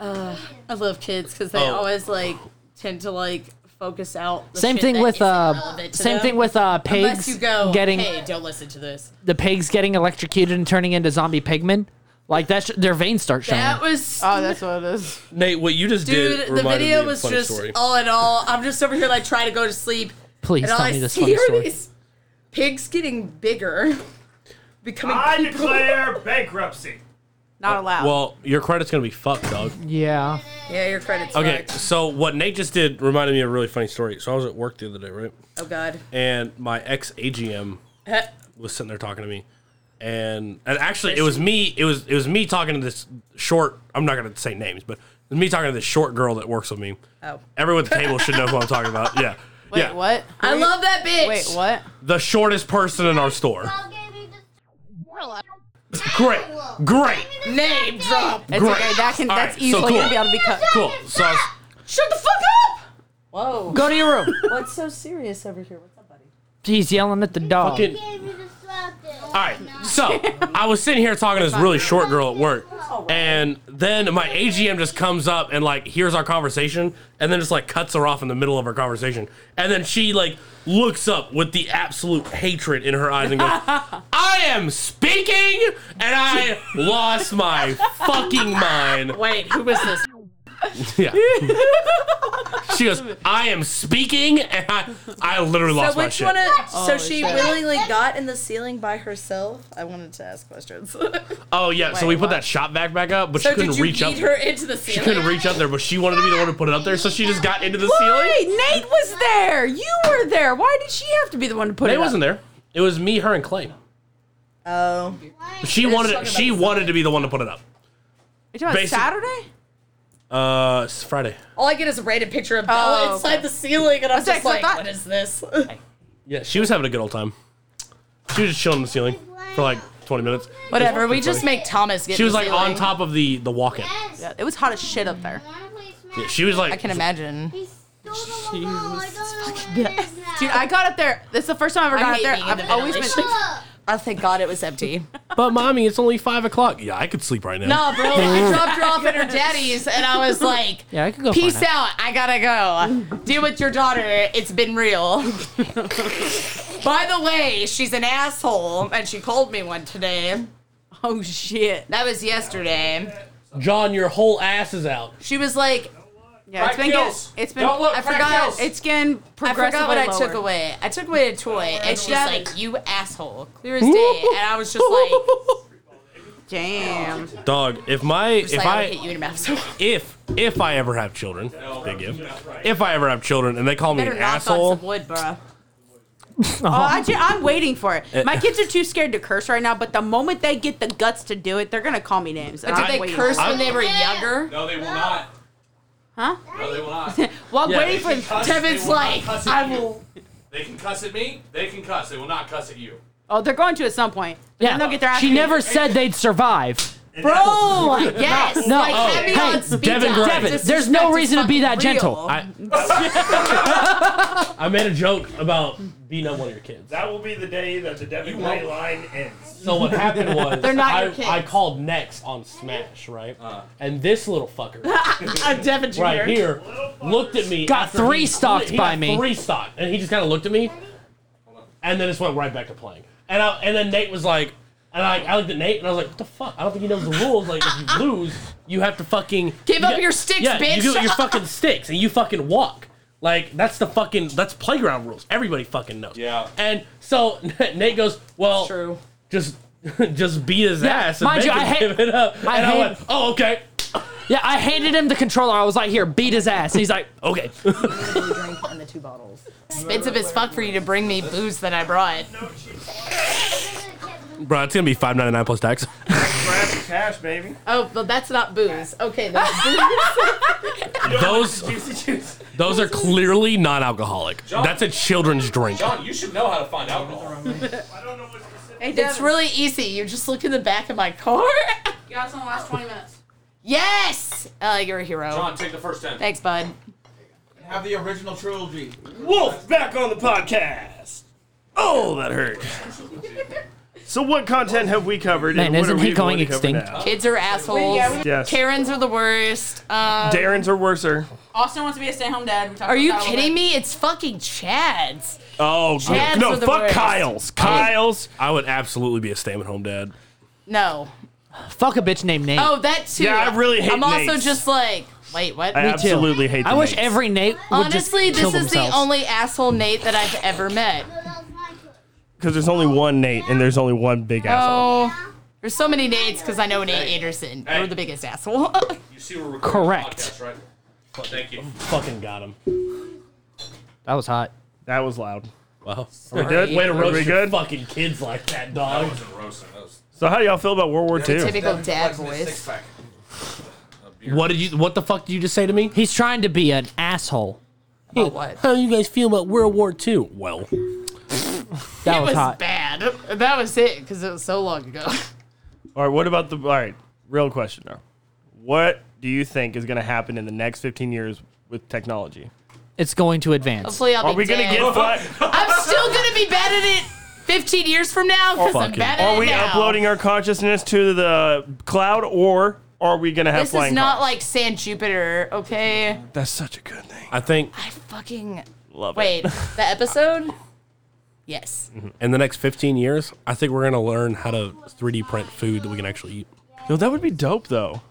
Speaker 2: Uh, I love kids because they
Speaker 8: Oh.
Speaker 2: always like tend to like focus out. The
Speaker 9: same
Speaker 2: shit
Speaker 9: thing
Speaker 2: that
Speaker 9: with
Speaker 2: isn't
Speaker 9: uh,
Speaker 2: relevant to
Speaker 9: same
Speaker 2: them.
Speaker 9: thing with uh,
Speaker 2: Unless
Speaker 9: pigs
Speaker 2: you go
Speaker 9: getting
Speaker 2: Hey, don't listen to this.
Speaker 9: the pigs getting electrocuted and turning into zombie pigmen. Like that's their veins start showing.
Speaker 2: That was.
Speaker 6: Oh, that's what it is.
Speaker 8: Nate, what you just
Speaker 2: Dude,
Speaker 8: did
Speaker 2: the
Speaker 8: reminded me
Speaker 2: video
Speaker 8: of a
Speaker 2: was
Speaker 8: funny
Speaker 2: just
Speaker 8: story.
Speaker 2: all in all. I'm just over here like trying to go to sleep,
Speaker 9: Please
Speaker 2: and
Speaker 9: tell
Speaker 2: all I
Speaker 9: me this
Speaker 2: see
Speaker 9: funny
Speaker 2: are
Speaker 9: story.
Speaker 2: these pigs getting bigger, (laughs) becoming.
Speaker 7: I declare bankruptcy.
Speaker 6: Not allowed.
Speaker 8: Uh, Well, your credit's gonna be fucked, dog.
Speaker 9: Yeah.
Speaker 2: (laughs) yeah, your credits.
Speaker 8: Okay,
Speaker 2: fucked.
Speaker 8: so what Nate just did reminded me of a really funny story. So I was at work the other day, right?
Speaker 2: Oh God.
Speaker 8: And my ex AGM
Speaker 2: Heh.
Speaker 8: was sitting there talking to me, and and actually it was me. It was it was me talking to this short. I'm not gonna say names, but it was me talking to this short girl that works with me.
Speaker 2: Oh.
Speaker 8: Everyone at the table should know who I'm talking about. Yeah.
Speaker 6: Wait,
Speaker 8: yeah.
Speaker 6: what?
Speaker 2: I love that bitch.
Speaker 6: Wait, what?
Speaker 8: The shortest person in our store.
Speaker 10: I'll give you just
Speaker 6: Amarillo.
Speaker 8: Great. Great.
Speaker 6: Name drop. It's
Speaker 8: Great.
Speaker 6: okay. That can,
Speaker 8: All
Speaker 6: that's
Speaker 8: right, so
Speaker 6: easily
Speaker 8: cool.
Speaker 6: gonna be able to be cut.
Speaker 8: Cool. So I was-
Speaker 6: Shut the fuck up.
Speaker 2: Whoa.
Speaker 9: Go to your
Speaker 2: (laughs)
Speaker 9: room.
Speaker 2: What's so serious over here? What's up, buddy?
Speaker 9: He's yelling at the dog.
Speaker 8: fucking. All right. So I was sitting here talking to this really short girl at work, and then my AGM just comes up and like hears our conversation, and then just like cuts her off in the middle of our conversation, and then she like looks up with the absolute hatred in her eyes and
Speaker 2: (laughs)
Speaker 8: goes, "I am speaking," and I lost my fucking mind.
Speaker 2: Wait, who was this?
Speaker 8: (laughs) Yeah. She goes, "I am speaking," and I I literally lost
Speaker 2: so
Speaker 8: my
Speaker 2: which
Speaker 8: shit.
Speaker 2: one? Of, so she willingly got in the ceiling by herself. I wanted to ask questions. (laughs)
Speaker 8: Oh yeah, so we
Speaker 2: Wait,
Speaker 8: put
Speaker 2: what?
Speaker 8: that shop back back up, but
Speaker 2: so
Speaker 8: she couldn't
Speaker 2: did you
Speaker 8: reach up.
Speaker 2: lead her into the
Speaker 8: She
Speaker 2: ceiling?
Speaker 8: couldn't reach up there, but she wanted to be the one to put it up there, so she just got into the
Speaker 6: Why?
Speaker 8: ceiling.
Speaker 6: Nate was there. You were there. Why did she have to be the one to put it?
Speaker 8: Nate
Speaker 6: up?
Speaker 8: wasn't there. It was me, her, and Clay.
Speaker 2: Oh,
Speaker 8: She wanted she wanted to be the one to put it up.
Speaker 6: Are you talking
Speaker 8: Basic-
Speaker 6: about Saturday?
Speaker 8: Uh, it's Friday.
Speaker 2: all I get is a rated picture of Bella
Speaker 6: Oh,
Speaker 2: inside the ceiling, and I'm
Speaker 6: Okay,
Speaker 2: just
Speaker 6: so I
Speaker 2: like,
Speaker 6: thought-
Speaker 2: what is (laughs) this?
Speaker 8: Yeah, she was having a good old time. She was just chilling in the ceiling for like 20 minutes.
Speaker 2: Whatever. We just make Thomas get.
Speaker 8: She
Speaker 2: in
Speaker 8: was
Speaker 2: the
Speaker 8: like
Speaker 2: ceiling.
Speaker 8: on top of the the walk-in.
Speaker 6: Yeah, it was hot as shit up there.
Speaker 8: Yeah, she was like
Speaker 2: I can imagine.
Speaker 6: Dude, I got up there. This is the first time I've ever
Speaker 2: I
Speaker 6: gone up
Speaker 2: hate
Speaker 6: there.
Speaker 2: being in the
Speaker 6: I've always been.
Speaker 2: ventilation. Oh, thank God it was (laughs) empty.
Speaker 8: But mommy, it's only five o'clock. Yeah, I could sleep right now.
Speaker 2: No, bro, I dropped her off at her daddy's, and I was like,
Speaker 9: Yeah, I could go.
Speaker 2: "Peace
Speaker 9: find out.
Speaker 2: out, I gotta go. Deal with your daughter. It's been real." By the way, she's an asshole, and she called me one today.
Speaker 6: Oh shit.
Speaker 2: That was yesterday.
Speaker 8: John, your whole ass is out.
Speaker 2: She was like,
Speaker 6: Yeah, it's
Speaker 8: Crack
Speaker 6: been getting,
Speaker 8: kills.
Speaker 6: it's been.
Speaker 8: Don't look,
Speaker 6: I
Speaker 8: crack
Speaker 6: forgot.
Speaker 8: kills.
Speaker 6: It's getting
Speaker 2: "I
Speaker 6: progressively
Speaker 2: forgot what I took
Speaker 6: lower.
Speaker 2: away. I took away a toy," and she's like, "You asshole, Oh, clear as day." And I was just (laughs) like,
Speaker 6: Damn.
Speaker 8: Dog, if my if
Speaker 2: like,
Speaker 8: I
Speaker 2: "I'm gonna hit you in the mouth." So
Speaker 8: if if I ever have children, big if, if I ever have children and they call me
Speaker 2: better
Speaker 8: an
Speaker 2: knock on some
Speaker 8: asshole,
Speaker 2: wood, bro.
Speaker 6: Oh, I ju- I'm waiting for it. My
Speaker 8: Uh,
Speaker 6: kids are too scared to curse right now, but the moment they get the guts to do it, they're gonna call me names. and
Speaker 2: Did
Speaker 6: I'm
Speaker 2: they
Speaker 6: waiting.
Speaker 2: curse
Speaker 8: I-
Speaker 2: when they were younger?
Speaker 1: No, they will not.
Speaker 6: Huh?
Speaker 1: No, they will not.
Speaker 6: Well,
Speaker 8: Yeah.
Speaker 6: waiting for.
Speaker 2: Tevin's like, "I will."
Speaker 1: They can cuss at me. They can cuss. They will not cuss at you.
Speaker 6: Oh, they're going to at some point. Yeah. Then they'll get their ass
Speaker 9: she
Speaker 6: beat.
Speaker 9: never said they'd survive.
Speaker 2: Bro, (laughs) yes.
Speaker 9: No.
Speaker 2: Like,
Speaker 9: Oh.
Speaker 2: have me
Speaker 9: Hey,
Speaker 2: on speed
Speaker 8: Devin
Speaker 2: dial.
Speaker 8: Grimes.
Speaker 2: Disrespect
Speaker 9: There's no
Speaker 2: is
Speaker 9: reason to be
Speaker 2: fucking
Speaker 9: that gentle.
Speaker 2: real.
Speaker 8: I I made a joke about beating up one of your kids.
Speaker 7: That will be the day that the Devin Gray line ends.
Speaker 8: So what (laughs) happened was
Speaker 6: They're not
Speaker 8: I,
Speaker 6: your kids.
Speaker 8: I called next on Smash, right?
Speaker 7: Uh.
Speaker 8: and this little fucker
Speaker 2: I'm Devin Jr.
Speaker 8: right here looked at me.
Speaker 9: Got
Speaker 8: after
Speaker 9: three
Speaker 8: he-
Speaker 9: stocked
Speaker 8: he
Speaker 9: by
Speaker 8: got
Speaker 9: me.
Speaker 8: Three stocked, and he just kind of looked at me, and then just went right back to playing. And I, and then Nate was like, and I, I looked at Nate and I was like, what the fuck? I don't think he knows the rules. Like if you
Speaker 9: (laughs)
Speaker 8: lose, you have to fucking
Speaker 2: Give
Speaker 8: you
Speaker 2: up
Speaker 8: got-
Speaker 2: your sticks,
Speaker 8: yeah,
Speaker 2: bitch.
Speaker 8: You give up your fucking sticks, and you fucking walk. Like that's the fucking that's playground rules. Everybody fucking knows.
Speaker 1: Yeah.
Speaker 8: And so (laughs) Nate goes, well,
Speaker 2: True.
Speaker 8: just (laughs) just beat his ass and
Speaker 9: mind
Speaker 8: make
Speaker 9: you,
Speaker 8: him
Speaker 9: I hate-
Speaker 8: give it up.
Speaker 9: I
Speaker 8: and I
Speaker 9: hate-
Speaker 8: went, oh okay,
Speaker 9: Yeah, I handed him the controller. I was like, "Here, beat his ass." And he's like,
Speaker 8: okay.
Speaker 2: Expensive as fuck for you to bring me booze that I brought.
Speaker 8: Bro, it's gonna be five ninety nine plus tax.
Speaker 7: Grab the cash, baby.
Speaker 2: Oh, but that's not booze. Okay, (laughs) that's booze.
Speaker 8: those
Speaker 7: Juicy juice.
Speaker 8: those are clearly non alcoholic. That's a children's drink.
Speaker 1: John, you should know how to find alcohol.
Speaker 7: I don't know what specific.
Speaker 6: Hey, Devin,
Speaker 2: it's really easy. You just look in the back of my car. (laughs)
Speaker 6: You got us in the last 20 minutes.
Speaker 2: yes! Uh, you're a hero.
Speaker 1: John, take the first ten.
Speaker 2: Thanks, bud.
Speaker 3: Have the original trilogy.
Speaker 7: Wolf back on the podcast.
Speaker 8: Oh, that hurt.
Speaker 7: So, what content have we covered?
Speaker 9: Man,
Speaker 7: and what
Speaker 9: isn't
Speaker 7: are
Speaker 9: he
Speaker 7: we going
Speaker 9: going
Speaker 7: to cover
Speaker 9: extinct?
Speaker 7: now?
Speaker 2: Kids are assholes.
Speaker 7: Yes.
Speaker 2: Karens are the worst. Um,
Speaker 7: Oh. Darren's or worser.
Speaker 6: Austin wants to be a stay-at-home dad. We talked
Speaker 2: are
Speaker 6: about
Speaker 2: you
Speaker 6: that a little
Speaker 2: kidding
Speaker 6: bit.
Speaker 2: me? It's fucking Chad's.
Speaker 7: Oh,
Speaker 2: Chads
Speaker 7: no,
Speaker 2: are the
Speaker 7: fuck
Speaker 2: worst.
Speaker 7: Kyle's. Kyle's.
Speaker 8: I would absolutely be a stay at home dad.
Speaker 2: No.
Speaker 9: "Fuck a bitch named Nate."
Speaker 2: Oh, that too.
Speaker 7: Yeah, I really hate
Speaker 2: I'm also
Speaker 7: Nate's.
Speaker 2: just like, wait, what?
Speaker 7: I absolutely hate the
Speaker 9: I wish
Speaker 7: Nates.
Speaker 9: every Nate would
Speaker 2: Honestly,
Speaker 9: just kill
Speaker 2: this is
Speaker 9: themselves.
Speaker 2: the only asshole Nate that I've ever met.
Speaker 7: Because there's only one Nate and there's only one big asshole.
Speaker 2: Oh, there's so many Nates because I know Nate Anderson. You're the biggest asshole. (laughs)
Speaker 1: You see, we're recording
Speaker 9: Correct.
Speaker 1: the podcast, right? Thank you.
Speaker 8: Fucking got him.
Speaker 9: That was hot.
Speaker 7: That was loud.
Speaker 8: Wow.
Speaker 7: Are we good?
Speaker 8: Way to
Speaker 7: Are
Speaker 8: roast
Speaker 7: we
Speaker 8: your
Speaker 7: good?
Speaker 8: fucking kids like
Speaker 1: That
Speaker 8: that, dog.
Speaker 1: wasn't roasting. That was
Speaker 7: So, how y'all feel about World War II?
Speaker 2: Typical dad voice.
Speaker 8: What did you? What the fuck did you just say to me?
Speaker 9: He's trying to be an asshole.
Speaker 2: About what?
Speaker 8: How you guys feel about World War II? Well,
Speaker 9: That
Speaker 2: it
Speaker 9: was,
Speaker 2: was
Speaker 9: hot.
Speaker 2: bad. That was it because it was so long ago. (laughs)
Speaker 7: All right, what about the all right? Real question now. What do you think is going to happen in the next 15 years with technology?
Speaker 9: It's going to advance.
Speaker 2: Hopefully, I'll
Speaker 7: Are
Speaker 2: be
Speaker 7: we going to
Speaker 2: dead.
Speaker 7: get fly-
Speaker 2: I'm still gonna be bad at it 15 years from now because I'm
Speaker 1: Fucking-
Speaker 2: bad at
Speaker 7: Are
Speaker 2: it
Speaker 7: we
Speaker 2: now.
Speaker 7: uploading our consciousness to the cloud or are we going to have
Speaker 2: This
Speaker 7: flying
Speaker 2: is not
Speaker 7: cars?
Speaker 2: like San Jupiter, okay?
Speaker 7: That's such a good thing.
Speaker 8: I think
Speaker 2: I fucking
Speaker 7: Love
Speaker 2: wait.
Speaker 7: it.
Speaker 2: The episode. Yes.
Speaker 8: in the next 15 years, I think we're going to learn how to 3D print food that we can actually eat.
Speaker 7: Yo, that would be dope though.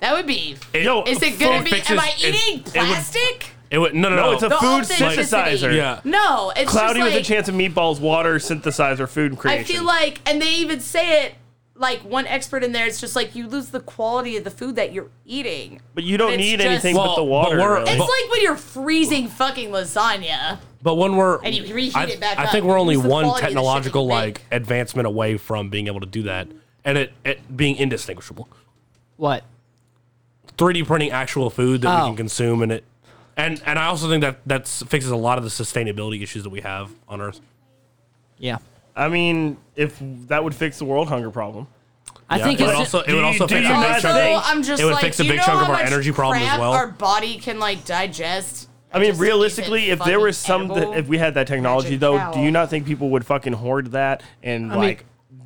Speaker 2: That would be.
Speaker 7: Yo,
Speaker 2: Is it gonna
Speaker 8: food
Speaker 2: be?
Speaker 8: Oh, fixes-
Speaker 2: Am I
Speaker 8: it-
Speaker 2: eating
Speaker 8: it would-
Speaker 2: plastic?
Speaker 8: It would no no no.
Speaker 7: No, it's a
Speaker 2: The
Speaker 7: food
Speaker 2: authenticity.
Speaker 7: synthesizer.
Speaker 8: yeah.
Speaker 2: no, it's
Speaker 7: Cloudy
Speaker 2: just
Speaker 7: with
Speaker 2: like,
Speaker 7: a chance of meatballs, water synthesizer, food creation.
Speaker 2: I feel like, and they even say it like one expert in there. It's just like you lose the quality of the food that you're eating.
Speaker 7: but you don't
Speaker 2: it's
Speaker 7: need
Speaker 2: just-
Speaker 7: anything
Speaker 8: Well,
Speaker 7: but the
Speaker 8: but
Speaker 7: water.
Speaker 8: we're-
Speaker 7: really.
Speaker 8: But-
Speaker 2: It's like when you're freezing fucking lasagna.
Speaker 8: But when we're
Speaker 2: And you reheat
Speaker 8: I,
Speaker 2: it back
Speaker 8: I
Speaker 2: up.
Speaker 8: think we're only
Speaker 2: It's the
Speaker 8: one
Speaker 2: quality of the shit that
Speaker 8: technological
Speaker 2: you
Speaker 8: like
Speaker 2: make.
Speaker 8: advancement away from being able to do that, and it, it being indistinguishable.
Speaker 9: What?
Speaker 8: 3D printing actual food that
Speaker 9: Oh.
Speaker 8: we can consume, and it, and and I also think that that fixes a lot of the sustainability issues that we have on Earth.
Speaker 9: Yeah.
Speaker 7: I mean, if that would fix the world hunger problem.
Speaker 9: I think
Speaker 8: it would
Speaker 9: it's
Speaker 8: also it
Speaker 7: Do
Speaker 8: would
Speaker 7: you-
Speaker 8: also
Speaker 7: do
Speaker 8: fix
Speaker 7: you
Speaker 8: a
Speaker 7: not
Speaker 8: big
Speaker 2: Also,
Speaker 7: think-
Speaker 8: chunk.
Speaker 2: I'm just
Speaker 8: it would
Speaker 2: like,
Speaker 8: fix a
Speaker 2: do you
Speaker 8: big
Speaker 2: know
Speaker 8: chunk
Speaker 2: how
Speaker 8: of our
Speaker 2: much
Speaker 8: energy problem
Speaker 2: crap
Speaker 8: as well.
Speaker 2: Our body can like digest.
Speaker 7: I mean,
Speaker 2: Just keep it
Speaker 7: realistically, if there
Speaker 2: fucking
Speaker 7: was some,
Speaker 2: edible.
Speaker 7: if we had that technology,
Speaker 2: Magic
Speaker 7: though,
Speaker 2: cow.
Speaker 7: do you not think people would fucking hoard that and
Speaker 9: mean-
Speaker 7: like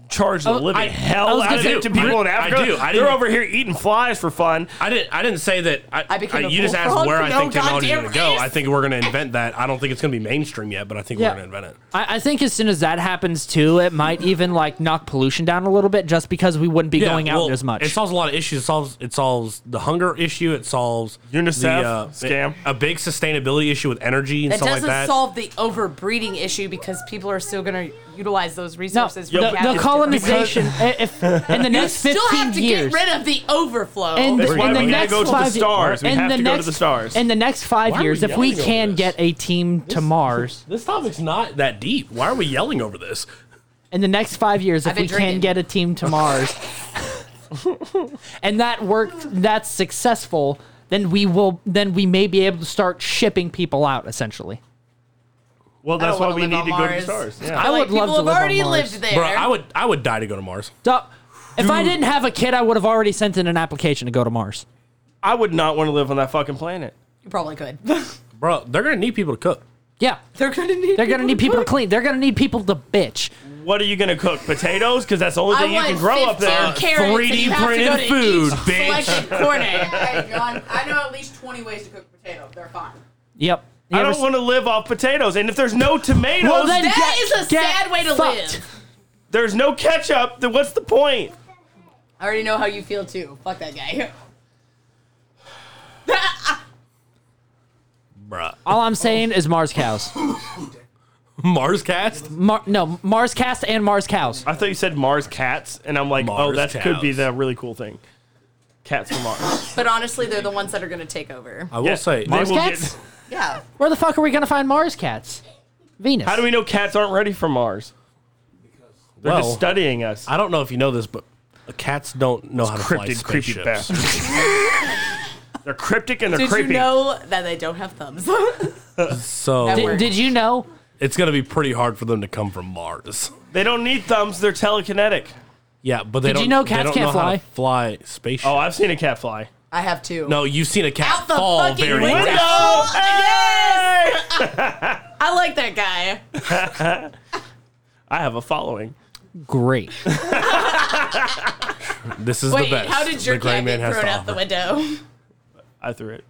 Speaker 7: charge the
Speaker 9: Oh,
Speaker 7: living
Speaker 8: I- I
Speaker 7: hell
Speaker 8: was
Speaker 7: out
Speaker 8: gonna
Speaker 7: of
Speaker 8: say-
Speaker 7: it to people
Speaker 8: I-
Speaker 7: in
Speaker 8: I
Speaker 7: Africa?
Speaker 8: do. I
Speaker 7: They're
Speaker 8: didn't-
Speaker 7: over here eating flies for fun.
Speaker 8: I didn't. I didn't say that. I,
Speaker 2: I became
Speaker 8: I-
Speaker 2: a
Speaker 8: you just asked
Speaker 2: bullfrog
Speaker 8: where
Speaker 2: for
Speaker 8: I
Speaker 2: (laughs) no
Speaker 8: think technology is going
Speaker 2: goddamn
Speaker 8: to go.
Speaker 2: reason.
Speaker 8: I think we're going to invent that. I don't think it's going to be mainstream yet, but I think
Speaker 9: Yeah.
Speaker 8: we're going to invent it.
Speaker 9: I, I think as soon as that happens too, it might even like knock pollution down a little bit, just because we wouldn't be going out
Speaker 8: well,
Speaker 9: as much.
Speaker 8: It solves a lot of issues. It solves it solves the hunger issue. It solves
Speaker 7: UNICEF
Speaker 8: the, uh,
Speaker 7: scam.
Speaker 8: A big sustainability issue with energy and
Speaker 2: That
Speaker 8: stuff
Speaker 2: doesn't
Speaker 8: like that.
Speaker 2: solve the overbreeding issue because people are still going to utilize those resources.
Speaker 9: the,
Speaker 2: we have as
Speaker 9: the colonization i-
Speaker 2: (laughs)
Speaker 9: if, in the next
Speaker 2: different- Still
Speaker 9: 15
Speaker 2: have to
Speaker 9: years
Speaker 2: get rid of the overflow.
Speaker 9: in
Speaker 7: That's
Speaker 9: the,
Speaker 7: why
Speaker 9: in the
Speaker 7: we gotta
Speaker 9: next
Speaker 7: go to the
Speaker 9: five ye-
Speaker 7: stars. We
Speaker 9: in
Speaker 7: have
Speaker 9: the
Speaker 7: to go to
Speaker 9: next-
Speaker 7: the stars.
Speaker 9: In the next five
Speaker 8: Why are
Speaker 9: years,
Speaker 8: we
Speaker 9: if we
Speaker 8: yelling over
Speaker 9: can
Speaker 8: this?
Speaker 9: get a team to Mars,
Speaker 8: this topic's not that deep. Why are we yelling over this?
Speaker 9: in the next five years, if
Speaker 2: I've been
Speaker 9: we
Speaker 2: drinking.
Speaker 9: can get a team
Speaker 2: (laughs)
Speaker 9: to Mars, and that worked, that's successful, then we will, then we may be able to start shipping people out. Essentially,
Speaker 7: well, that's
Speaker 2: don't
Speaker 7: why
Speaker 2: wanna
Speaker 7: we
Speaker 2: live
Speaker 7: need
Speaker 2: on
Speaker 7: to go to the
Speaker 2: Mars.
Speaker 7: stars. Yeah.
Speaker 9: I would
Speaker 2: like, people
Speaker 9: love to
Speaker 2: have
Speaker 9: live on
Speaker 2: already
Speaker 9: Mars.
Speaker 2: lived there.
Speaker 8: Bro, I would I would die to go to Mars.
Speaker 9: so, if I didn't have a kid, I would have already sent in an application to go to Mars.
Speaker 7: I would not want to live on that fucking planet.
Speaker 2: you probably could.
Speaker 8: Bro, they're going to need people to cook.
Speaker 9: Yeah,
Speaker 2: They're going to need.
Speaker 9: they're gonna need people to clean. They're gonna need people to bitch.
Speaker 7: What are you going to cook? Potatoes? Because that's the only
Speaker 2: I
Speaker 7: thing you
Speaker 2: want
Speaker 7: can grow up
Speaker 2: 15
Speaker 7: there.
Speaker 2: carrots and
Speaker 8: 3D
Speaker 2: you have to go
Speaker 8: printed
Speaker 2: to
Speaker 8: food,
Speaker 2: each
Speaker 8: bitch.
Speaker 2: (laughs) selected corner.
Speaker 6: Hey, John, I know at least 20 ways to cook a potato. They're fine.
Speaker 9: Yep. You
Speaker 7: I
Speaker 9: ever
Speaker 7: don't want to live off potatoes. And if there's no tomatoes,
Speaker 9: Well, then
Speaker 2: That
Speaker 9: get-
Speaker 2: is a
Speaker 9: get
Speaker 2: sad way to
Speaker 9: fucked.
Speaker 2: live.
Speaker 7: there's no ketchup, then what's the point?
Speaker 2: I already know how you feel too. Fuck that guy.
Speaker 8: Bruh.
Speaker 9: All I'm saying is Mars cows.
Speaker 8: Mars cast?
Speaker 9: Mar- no, Mars cast and Mars cows.
Speaker 7: I thought you said Mars cats, and I'm like, oh,
Speaker 8: Mars
Speaker 7: that could be
Speaker 8: cows.
Speaker 7: the really cool thing. Cats from Mars.
Speaker 2: But honestly, they're the ones that are going to take over.
Speaker 8: I will
Speaker 7: Yeah,
Speaker 8: say.
Speaker 7: they
Speaker 9: Mars
Speaker 7: will
Speaker 9: cats?
Speaker 2: Yeah.
Speaker 9: Where the fuck are we gonna find Mars cats? Venus.
Speaker 7: how do we know cats aren't ready for Mars? They're
Speaker 8: Well-
Speaker 7: just studying us.
Speaker 8: I don't know if you know this, but cats don't know how to fly
Speaker 7: Cryptid, creepy
Speaker 8: spaceships.
Speaker 7: bastards. they're cryptic and they're
Speaker 2: Did
Speaker 7: creepy.
Speaker 2: you know that they don't have thumbs? (laughs)
Speaker 8: So
Speaker 2: That
Speaker 9: Did,
Speaker 2: works.
Speaker 9: did you know?
Speaker 8: it's going to be pretty hard for them to come from Mars.
Speaker 7: They don't need thumbs. They're telekinetic.
Speaker 8: Yeah, but they
Speaker 9: Did
Speaker 8: don't.
Speaker 9: you know
Speaker 8: they
Speaker 9: cats
Speaker 8: don't
Speaker 9: can't
Speaker 8: know how to
Speaker 9: fly?
Speaker 8: fly spaceships.
Speaker 7: Oh, I've seen a cat fly.
Speaker 2: I have two.
Speaker 8: no, you've seen a cat
Speaker 2: Out the
Speaker 8: fall
Speaker 2: fucking
Speaker 8: very
Speaker 2: window.
Speaker 8: rarely.
Speaker 2: Yes! I like that guy.
Speaker 7: I have a following.
Speaker 9: Great.
Speaker 8: This is
Speaker 2: Wait,
Speaker 8: the best.
Speaker 2: how did your
Speaker 8: the gray
Speaker 2: cat
Speaker 8: man
Speaker 2: get
Speaker 8: has
Speaker 2: thrown
Speaker 8: to
Speaker 2: out the
Speaker 8: offer.
Speaker 2: window? (laughs)
Speaker 7: I threw it.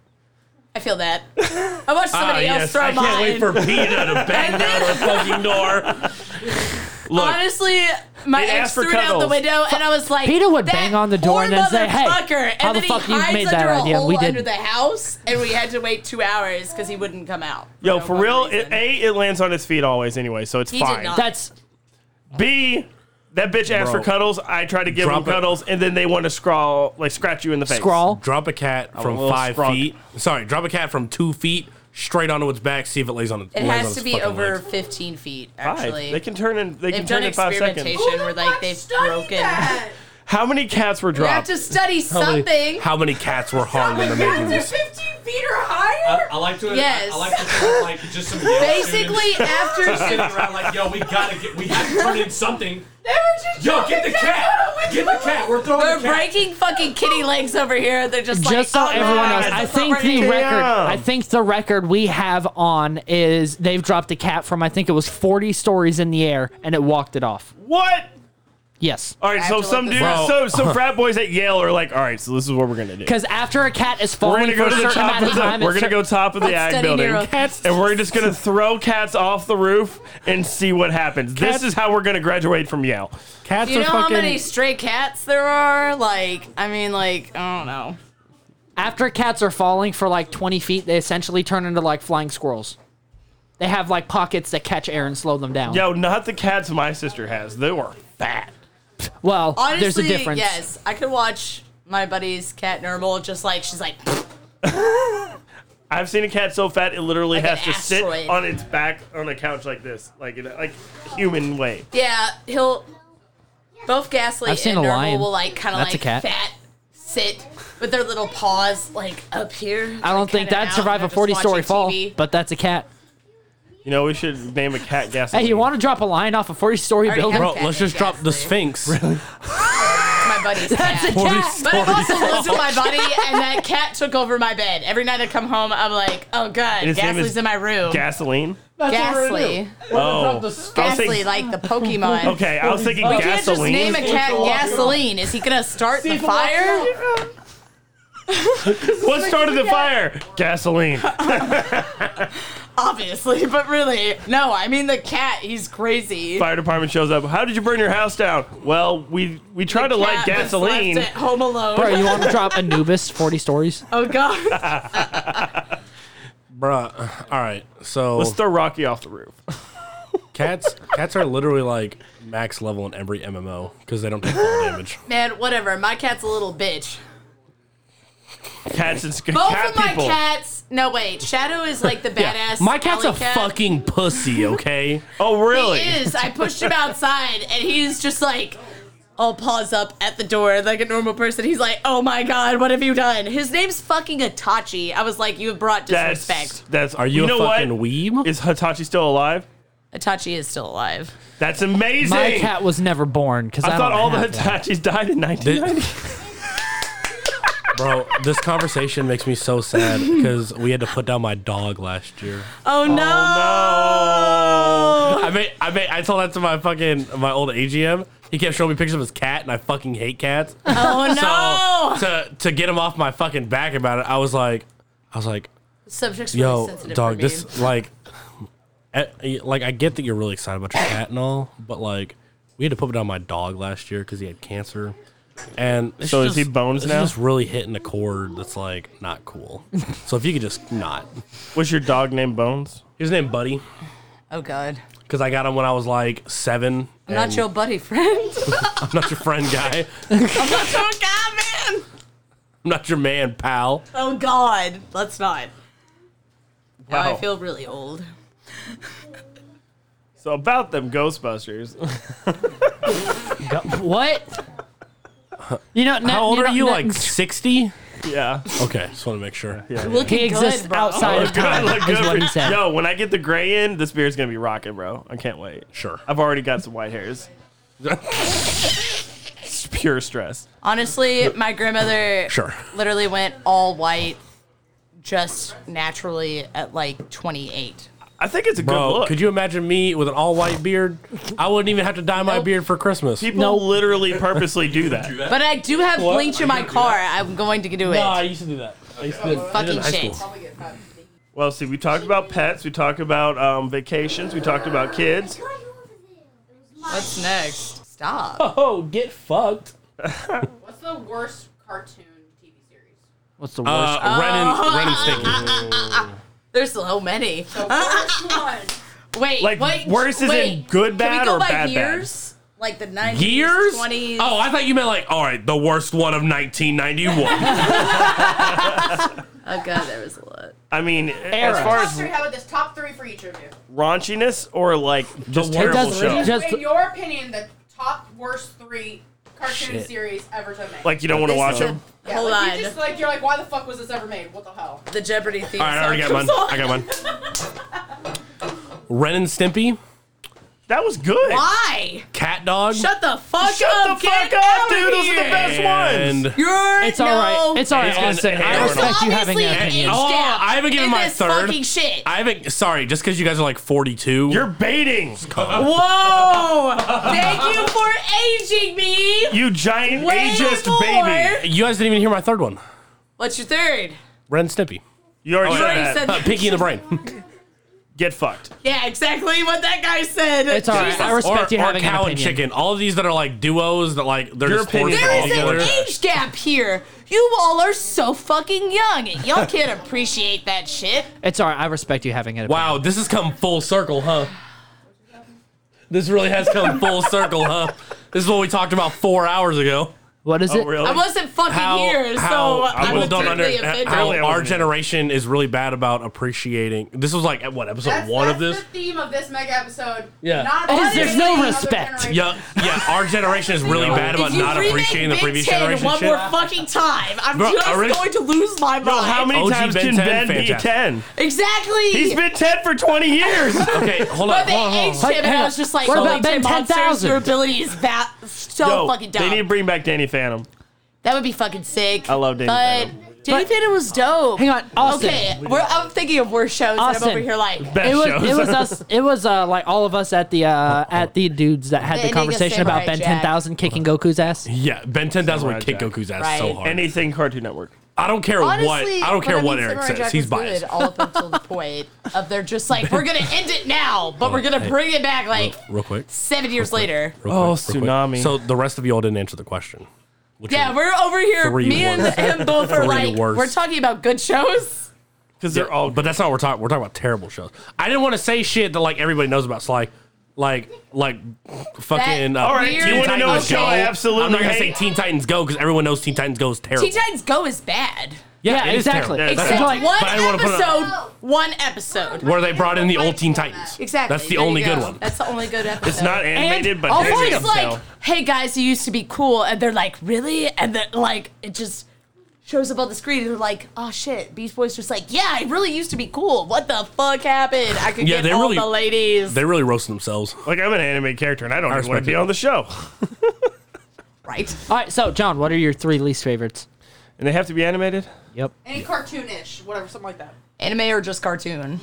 Speaker 2: I feel that. I watched
Speaker 8: Ah,
Speaker 2: somebody else
Speaker 8: yes,
Speaker 2: throw
Speaker 8: I
Speaker 2: mine.
Speaker 8: can't wait for Peta
Speaker 2: (laughs)
Speaker 8: to bang down her fucking door.
Speaker 7: Look,
Speaker 2: Honestly, my
Speaker 7: They
Speaker 2: ex
Speaker 7: asked for
Speaker 2: threw it out the
Speaker 7: cuddles.
Speaker 2: window, and I was like,
Speaker 9: Peter would
Speaker 2: "That
Speaker 9: bang on the door
Speaker 2: poor
Speaker 9: and then say, hey,
Speaker 2: motherfucker." And
Speaker 9: how the
Speaker 2: then
Speaker 9: fuck
Speaker 2: he
Speaker 9: you
Speaker 2: hides
Speaker 9: made that
Speaker 2: under a
Speaker 9: idea?
Speaker 2: Hole
Speaker 9: We
Speaker 2: under
Speaker 9: didn't.
Speaker 2: the house, and we had to wait two hours because he wouldn't come out.
Speaker 7: yo,
Speaker 2: no
Speaker 7: for
Speaker 2: fucking
Speaker 7: real, it,
Speaker 2: reason.
Speaker 7: A, it lands on its feet always anyway, so it's
Speaker 2: He did
Speaker 7: fine.
Speaker 2: not.
Speaker 7: (laughs)
Speaker 9: That's
Speaker 7: B, that bitch asked
Speaker 8: Bro.
Speaker 7: for cuddles. I tried to give
Speaker 8: Drop
Speaker 7: them
Speaker 8: it.
Speaker 7: cuddles, and then they want to scrawl, like scratch you in the face.
Speaker 9: scrawl.
Speaker 8: Drop a cat from
Speaker 7: little
Speaker 8: five
Speaker 7: sprunk.
Speaker 8: feet. Sorry, drop a cat from two feet straight onto its back. See if it lays on.
Speaker 2: It
Speaker 8: lays on
Speaker 2: has
Speaker 8: its
Speaker 2: to be
Speaker 8: fucking
Speaker 2: over
Speaker 8: legs.
Speaker 2: 15 feet,
Speaker 7: Five.
Speaker 2: actually.
Speaker 7: They can turn in. They
Speaker 2: They've
Speaker 7: can
Speaker 2: done
Speaker 7: turn in five
Speaker 2: experimentation
Speaker 7: seconds.
Speaker 2: where like they've broken.
Speaker 7: How many cats were
Speaker 2: We have
Speaker 7: dropped?
Speaker 2: to study
Speaker 8: How many-
Speaker 2: something.
Speaker 8: How many cats were harmed in the making of this?
Speaker 2: (laughs) 15 feet or higher?
Speaker 11: I like to. I-
Speaker 2: Yes.
Speaker 11: I, like to think of, like just some. Yale
Speaker 2: Basically,
Speaker 11: students (laughs)
Speaker 2: after-
Speaker 11: just sitting around like, yo, we gotta get, we have to turn in something.
Speaker 2: They were just
Speaker 11: Yo,
Speaker 2: throwing
Speaker 11: get the cat!
Speaker 2: out a
Speaker 11: Get
Speaker 2: window.
Speaker 11: the cat! We're throwing
Speaker 2: They're
Speaker 11: the cat.
Speaker 2: breaking fucking kitty legs over here. They're just, like,
Speaker 9: just so
Speaker 2: oh,
Speaker 9: everyone
Speaker 2: no,
Speaker 9: knows,
Speaker 2: guys,
Speaker 9: I
Speaker 2: that's
Speaker 9: think
Speaker 2: not
Speaker 9: the
Speaker 2: right.
Speaker 9: record. I think the record we have on is they've dropped a cat from I think it was 40 stories in the air and it walked it off.
Speaker 7: What?
Speaker 9: Yes.
Speaker 7: All right, so some dude, so
Speaker 8: (laughs)
Speaker 7: so frat boys at Yale are like, all right, so this is what we're gonna do.
Speaker 9: Because after a cat is
Speaker 7: We're
Speaker 9: falling
Speaker 7: gonna go
Speaker 9: for
Speaker 7: to
Speaker 9: a
Speaker 7: the
Speaker 9: certain
Speaker 7: top
Speaker 9: amount
Speaker 7: of
Speaker 9: of time,
Speaker 7: the. We're
Speaker 9: it's
Speaker 7: gonna
Speaker 9: cer-
Speaker 7: go top of the
Speaker 9: Let's
Speaker 7: ag
Speaker 9: study
Speaker 7: building,
Speaker 9: neurocats.
Speaker 7: and we're just gonna throw cats off the roof and see what happens. This
Speaker 9: Cats-
Speaker 7: is how we're gonna graduate from Yale.
Speaker 9: Cats
Speaker 2: Do you know how many stray cats there are? Like, I mean, like, I don't know.
Speaker 9: After cats are falling for like 20 feet, they essentially turn into like flying squirrels. They have like pockets that catch air and slow them down.
Speaker 7: Yo, not the cats my sister has. They were fat.
Speaker 9: Well,
Speaker 2: Honestly,
Speaker 9: there's a difference.
Speaker 2: yes. I could watch my buddy's cat normal just like, she's like,
Speaker 7: I've seen a cat so fat it literally
Speaker 2: Like an
Speaker 7: has to
Speaker 2: asteroid.
Speaker 7: sit on its back on a couch like this, like in a, like human way.
Speaker 2: yeah, he'll. Both Ghastly
Speaker 9: I've seen
Speaker 2: and
Speaker 9: a
Speaker 2: Normal
Speaker 9: lion.
Speaker 2: will, like, kind of
Speaker 9: That's
Speaker 2: like
Speaker 9: a cat.
Speaker 2: fat sit with their little paws, like, up here.
Speaker 9: I don't think that'd survive a 40 story fall, but that's a cat.
Speaker 7: You know, we should name a cat
Speaker 9: (laughs)
Speaker 7: gas.
Speaker 9: Hey, you want to drop a line off a 40 story
Speaker 2: Already
Speaker 9: building?
Speaker 2: have Bro, a cat eh? let's
Speaker 8: just drop the Sphinx. Really?
Speaker 2: my (laughs) buddy's
Speaker 9: That's a
Speaker 2: cat.
Speaker 9: cat.
Speaker 2: But it also
Speaker 9: Sorry.
Speaker 2: lives in my body, and that cat took over my bed. Every night I come home, I'm like, oh god, Ghastly's in my room.
Speaker 7: (laughs) Gasoline.
Speaker 2: Ghastly.
Speaker 7: Oh, I'll
Speaker 2: Ghastly,
Speaker 7: take-
Speaker 2: like the Pokemon.
Speaker 7: (laughs) Okay, I was thinking
Speaker 2: we
Speaker 7: gasoline.
Speaker 2: can't just name a cat gasoline. Is he gonna start the fire?
Speaker 7: What
Speaker 2: (laughs)
Speaker 7: started the fire? Gasoline.
Speaker 2: Obviously, but really, no. I mean the cat. He's crazy.
Speaker 7: Fire department shows up. How did you burn your house down? Well, we we tried to light
Speaker 2: Cat was
Speaker 7: gasoline.
Speaker 2: left at home alone.
Speaker 9: Bro, you want to drop Anubis 40 stories?
Speaker 2: oh god.
Speaker 7: (laughs)
Speaker 8: Bruh. All right. So
Speaker 7: Let's throw Rocky off
Speaker 2: (laughs)
Speaker 7: the roof.
Speaker 8: cats cats are literally like max level in every MMO because they don't take fall damage.
Speaker 2: Man, whatever. My cat's a little bitch.
Speaker 7: Cats and sc-
Speaker 2: Both
Speaker 7: cat
Speaker 2: of my
Speaker 7: people.
Speaker 2: cats. No, wait. Shadow is
Speaker 7: (laughs)
Speaker 2: like the badass.
Speaker 8: My cat's
Speaker 2: alley
Speaker 8: a
Speaker 2: cat.
Speaker 8: fucking
Speaker 2: (laughs)
Speaker 8: pussy, okay?
Speaker 7: oh, really?
Speaker 2: He is. I pushed him outside, and he's just like, all paws up at the door like a normal person. He's like, "Oh my god, what have you done?" His name's fucking Itachi. I was like, "You have brought
Speaker 7: That's
Speaker 2: disrespect."
Speaker 7: that's.
Speaker 8: Are you a
Speaker 7: know
Speaker 8: fucking
Speaker 7: what?
Speaker 8: weeb? (laughs)
Speaker 7: Is Hitachi still alive?
Speaker 2: Itachi is still alive.
Speaker 7: That's amazing.
Speaker 9: My cat was never born because I,
Speaker 7: I thought
Speaker 9: don't
Speaker 7: all the
Speaker 9: have that.
Speaker 7: Hitachis died
Speaker 2: (laughs)
Speaker 7: in 1990.
Speaker 8: (laughs) Bro, this conversation makes me so
Speaker 2: (laughs)
Speaker 8: sad because we had to put down my dog last year.
Speaker 2: Oh no!
Speaker 8: I made, I made, I told that to my fucking my old AGM. He kept showing me pictures of his cat, and I fucking hate cats.
Speaker 2: Oh no!
Speaker 8: So to to get him off my fucking back about it, I was like, I was like,
Speaker 2: Subject's really
Speaker 8: yo,
Speaker 2: sensitive for
Speaker 8: dog,
Speaker 2: me. (laughs)
Speaker 8: this like, eh, like I get that you're really excited about
Speaker 2: (laughs)
Speaker 8: your cat and all, but like, we had to put down my dog last year because he had cancer, and it's
Speaker 7: So is
Speaker 8: just-
Speaker 7: he bones
Speaker 8: it's
Speaker 7: now?
Speaker 8: Just really hitting a chord that's like not cool. (laughs) so if you could just not,
Speaker 7: Was your dog named Bones?
Speaker 8: his name Buddy,
Speaker 2: Oh god!
Speaker 8: because I got him when I was like seven.
Speaker 2: I'm not
Speaker 8: and-
Speaker 2: your buddy friend.
Speaker 8: (laughs)
Speaker 2: (laughs)
Speaker 8: I'm not your friend, guy.
Speaker 2: I'm not your guy,
Speaker 8: I'm
Speaker 2: man.
Speaker 8: not your man, pal.
Speaker 2: Oh god! Let's not. Now I
Speaker 7: Wow.
Speaker 2: feel really old.
Speaker 7: So about them Ghostbusters. (laughs)
Speaker 9: What? You know,
Speaker 8: How old
Speaker 9: you
Speaker 8: are
Speaker 9: know-
Speaker 8: you?
Speaker 9: no-
Speaker 8: Like 60?
Speaker 7: yeah.
Speaker 8: Okay, just want to make sure.
Speaker 2: Looking
Speaker 9: he exists
Speaker 2: good, bro.
Speaker 9: outside
Speaker 7: (laughs)
Speaker 9: of
Speaker 7: Look good,
Speaker 9: time.
Speaker 7: look
Speaker 9: is
Speaker 7: good
Speaker 9: what
Speaker 7: for-
Speaker 9: he said.
Speaker 7: Yo, when I get the gray in, this beard's gonna be rocking, bro. I can't wait.
Speaker 8: Sure.
Speaker 7: I've already got some white
Speaker 8: (laughs)
Speaker 7: hairs. it's pure stress.
Speaker 2: Honestly, my grandmother
Speaker 8: (laughs) Sure.
Speaker 2: literally went all white just naturally at like 28.
Speaker 7: I think it's a
Speaker 8: Bro,
Speaker 7: good look.
Speaker 8: could you imagine me with an all white beard? I wouldn't even have to dye my
Speaker 2: Nope.
Speaker 8: beard for Christmas. (laughs)
Speaker 7: People literally purposely do that.
Speaker 2: But I do have bleach in my car. I'm going to do it.
Speaker 8: used to do that. I used to
Speaker 2: Fucking shit.
Speaker 7: Well, see, we talked about pets, we talked about um, vacations, we talked about kids.
Speaker 2: What's next? Stop.
Speaker 8: Oh, get fucked.
Speaker 6: What's the worst cartoon TV series?
Speaker 9: What's the worst?
Speaker 8: Uh, Ren and, Ren and Stimpy.
Speaker 2: There's so many. (laughs) Wait,
Speaker 7: Like,
Speaker 2: wait.
Speaker 7: worse is in
Speaker 2: wait.
Speaker 7: good,
Speaker 2: Can
Speaker 7: bad,
Speaker 2: we go
Speaker 7: or
Speaker 2: by
Speaker 7: bad, bad?
Speaker 2: years? Like the 90s,
Speaker 8: Years?
Speaker 2: 20s.
Speaker 8: Oh, I thought you meant like, all right, the worst one of 1991.
Speaker 2: oh god, there was a lot.
Speaker 7: I mean,
Speaker 9: Era.
Speaker 7: as far
Speaker 6: Top
Speaker 7: as
Speaker 6: three, how about this? Top three for each of you.
Speaker 7: raunchiness or like just terrible
Speaker 9: doesn't-
Speaker 7: shows.
Speaker 9: Just-
Speaker 6: in your opinion, the top worst three cartoon
Speaker 7: Shit.
Speaker 6: series ever to make.
Speaker 7: Like, you don't wanna
Speaker 6: This
Speaker 7: watch
Speaker 6: is
Speaker 7: them?
Speaker 6: a- Yeah,
Speaker 2: Hold
Speaker 6: like,
Speaker 2: on.
Speaker 6: You just like you're like, why the fuck was this ever made? What the hell?
Speaker 2: The Jeopardy theme.
Speaker 7: All right, I already got mine.
Speaker 2: (laughs)
Speaker 7: I got mine.
Speaker 8: Ren and Stimpy.
Speaker 7: That was good.
Speaker 6: Why?
Speaker 8: Cat dog.
Speaker 6: Shut the fuck
Speaker 7: Shut
Speaker 6: up!
Speaker 7: the
Speaker 6: get
Speaker 7: fuck up,
Speaker 6: out of
Speaker 7: dude. Those are the
Speaker 6: here.
Speaker 7: best ones.
Speaker 8: And-
Speaker 6: You're
Speaker 9: It's all right.
Speaker 6: no-
Speaker 9: It's all right,
Speaker 8: It's gonna-
Speaker 9: Austin.
Speaker 8: hey,
Speaker 9: I
Speaker 8: we're
Speaker 9: respect you having an
Speaker 8: And-
Speaker 9: opinion.
Speaker 8: oh, I haven't given
Speaker 2: in
Speaker 8: my
Speaker 2: this
Speaker 8: third.
Speaker 2: fucking shit.
Speaker 8: I haven't. Sorry, just because you guys are like 42.
Speaker 7: You're baiting.
Speaker 6: Whoa! Thank you for aging me.
Speaker 7: You giant
Speaker 6: Way
Speaker 7: ageist
Speaker 6: more.
Speaker 7: baby.
Speaker 8: You guys didn't even hear my third one.
Speaker 2: What's your third?
Speaker 8: Ren and Stimpy.
Speaker 7: You already,
Speaker 8: Oh,
Speaker 7: said,
Speaker 8: yeah.
Speaker 2: already
Speaker 7: that.
Speaker 2: said-
Speaker 8: Uh, Pinky and the Brain.
Speaker 7: Get fucked.
Speaker 2: Yeah, exactly what that guy said.
Speaker 9: It's all right.
Speaker 2: Jesus.
Speaker 9: I respect
Speaker 8: or,
Speaker 9: you
Speaker 8: or
Speaker 9: having an
Speaker 8: cow and
Speaker 9: opinion.
Speaker 8: chicken. All of these that are like duos that like they're
Speaker 7: Your
Speaker 8: just forced
Speaker 7: opinion
Speaker 8: to all
Speaker 7: is
Speaker 2: There is
Speaker 8: together.
Speaker 2: an
Speaker 7: Altogether.
Speaker 2: age gap here. You all are so fucking young, and y'all can't appreciate that shit.
Speaker 9: It's all right. I respect you having an opinion.
Speaker 8: Wow, this has come full circle, huh? This really has come
Speaker 2: (laughs)
Speaker 8: full circle, huh? This is what we talked about four hours ago.
Speaker 9: What is
Speaker 7: Oh,
Speaker 9: it?
Speaker 7: really?
Speaker 2: I wasn't fucking
Speaker 8: How,
Speaker 2: here,
Speaker 8: how
Speaker 2: so I
Speaker 8: people
Speaker 2: was
Speaker 8: don't
Speaker 2: deeply
Speaker 8: under-
Speaker 2: offended.
Speaker 8: how
Speaker 7: Really, I
Speaker 8: our
Speaker 7: wasn't.
Speaker 8: generation is really bad about appreciating. This was like at what episode
Speaker 6: That's,
Speaker 8: one
Speaker 6: that's
Speaker 8: of this?
Speaker 6: the theme of this mega episode.
Speaker 8: Yeah.
Speaker 6: Not
Speaker 2: Oh,
Speaker 9: Is
Speaker 6: appreciating
Speaker 9: there's no
Speaker 6: other
Speaker 9: respect.
Speaker 6: generations.
Speaker 8: yeah, yeah. Our generation is really bad about
Speaker 2: if you
Speaker 8: not
Speaker 2: remake
Speaker 8: appreciating the
Speaker 2: Big
Speaker 8: previous
Speaker 2: Ten
Speaker 8: generation
Speaker 2: one
Speaker 8: shit.
Speaker 2: more fucking time, I'm
Speaker 8: Bro,
Speaker 2: just
Speaker 8: I really-
Speaker 2: going to lose my mind.
Speaker 7: Yo, how many
Speaker 8: OG
Speaker 7: times
Speaker 8: Ben
Speaker 7: can
Speaker 8: 10,
Speaker 7: Ben be
Speaker 8: fantastic.
Speaker 7: 10?
Speaker 2: Exactly.
Speaker 7: He's been 10 for 20 years.
Speaker 8: (laughs)
Speaker 2: (laughs)
Speaker 8: okay, hold on.
Speaker 2: but they
Speaker 8: hold on, hold on.
Speaker 2: aged
Speaker 9: Hey,
Speaker 2: him, and
Speaker 9: hang
Speaker 2: I
Speaker 9: on.
Speaker 2: was just like,
Speaker 9: What
Speaker 2: "Holy
Speaker 9: about Ben
Speaker 2: shit, monsters,
Speaker 9: 10,000?
Speaker 2: Your ability is that so
Speaker 7: Yo,
Speaker 2: fucking dumb.
Speaker 7: They need to bring back Danny Phantom.
Speaker 2: that would be fucking sick.
Speaker 7: I love Danny
Speaker 2: But
Speaker 7: Phantom.
Speaker 2: Danny Phantom was dope.
Speaker 9: Hang on, Austin.
Speaker 2: Okay, we're, I'm thinking of worse shows, and
Speaker 9: Austin.
Speaker 2: I'm over here like.
Speaker 7: Best
Speaker 9: It was,
Speaker 7: shows.
Speaker 9: it was us. It was uh, like all of us at the uh, at the dudes that had
Speaker 2: The
Speaker 9: the,
Speaker 2: Indigo
Speaker 9: conversation about
Speaker 2: Samurai
Speaker 9: Ben
Speaker 2: Jack.
Speaker 9: Ten Thousand kicking Goku's ass.
Speaker 8: Yeah, Ben Ten Thousand would kick
Speaker 7: Samurai Jack.
Speaker 8: Goku's ass
Speaker 2: Right.
Speaker 8: so hard.
Speaker 7: Anything Cartoon Network.
Speaker 8: I don't care what
Speaker 2: Honestly,
Speaker 8: I don't
Speaker 2: but
Speaker 8: care
Speaker 2: mean,
Speaker 8: what Eric
Speaker 2: Samurai
Speaker 8: says.
Speaker 2: Jack
Speaker 8: He's
Speaker 2: was good
Speaker 8: biased.
Speaker 2: all up until the point of they're just like, we're gonna end it now, but we're gonna bring it back like
Speaker 8: Real quick.
Speaker 2: seven years later.
Speaker 8: Real
Speaker 7: Oh,
Speaker 8: quick, real quick.
Speaker 7: tsunami.
Speaker 8: So the rest of y'all didn't answer the question. Which
Speaker 2: Yeah,
Speaker 8: is-
Speaker 2: we're over here.
Speaker 8: Three
Speaker 2: Me and
Speaker 8: worse.
Speaker 2: him both are
Speaker 8: Three
Speaker 2: like,
Speaker 8: worse.
Speaker 2: we're talking about good shows.
Speaker 7: Because
Speaker 8: Yeah,
Speaker 7: they're all.
Speaker 8: But that's not what we're talking. We're talking about terrible shows. I didn't want to say shit that like everybody knows about. So like, like, like, fucking.
Speaker 2: That
Speaker 8: uh,
Speaker 7: all right,
Speaker 2: weird-
Speaker 7: you want to know a
Speaker 2: Okay.
Speaker 7: show I absolutely
Speaker 8: I'm not gonna say
Speaker 7: hate?
Speaker 8: Teen Titans Go because everyone knows Teen Titans Go is terrible.
Speaker 2: Teen Titans Go is bad.
Speaker 9: Yeah,
Speaker 8: it is
Speaker 9: exactly.
Speaker 8: terrible.
Speaker 7: That's
Speaker 2: Except
Speaker 9: right.
Speaker 2: one
Speaker 8: But I didn't wanna put it
Speaker 2: episode,
Speaker 8: on-
Speaker 2: one episode.
Speaker 8: Where they brought in the old Teen Titans.
Speaker 2: Exactly.
Speaker 8: That's the
Speaker 2: there you
Speaker 8: only
Speaker 2: go.
Speaker 8: good one.
Speaker 2: That's the only good episode.
Speaker 7: It's not animated, but
Speaker 9: I'll
Speaker 7: there's
Speaker 9: find
Speaker 7: a
Speaker 2: It's
Speaker 9: him.
Speaker 7: detail.
Speaker 2: like, hey guys, you used to be cool, and they're like, really? And then like, it just shows up on the screen, and they're like, oh shit, Beast Boys just like, yeah, I really used to be cool. What the fuck happened? I could
Speaker 8: Yeah,
Speaker 2: get
Speaker 8: they
Speaker 2: all
Speaker 8: really-
Speaker 2: the ladies.
Speaker 8: They really roast themselves.
Speaker 7: Like, I'm an anime character and I don't
Speaker 8: I
Speaker 7: even want
Speaker 8: respect
Speaker 7: to be
Speaker 8: it.
Speaker 7: on the show.
Speaker 2: Right.
Speaker 9: All right, so John, what are your three least favorites?
Speaker 7: And they have to be animated?
Speaker 9: Yep.
Speaker 6: Any cartoonish, whatever, something like that.
Speaker 2: Anime or just cartoon?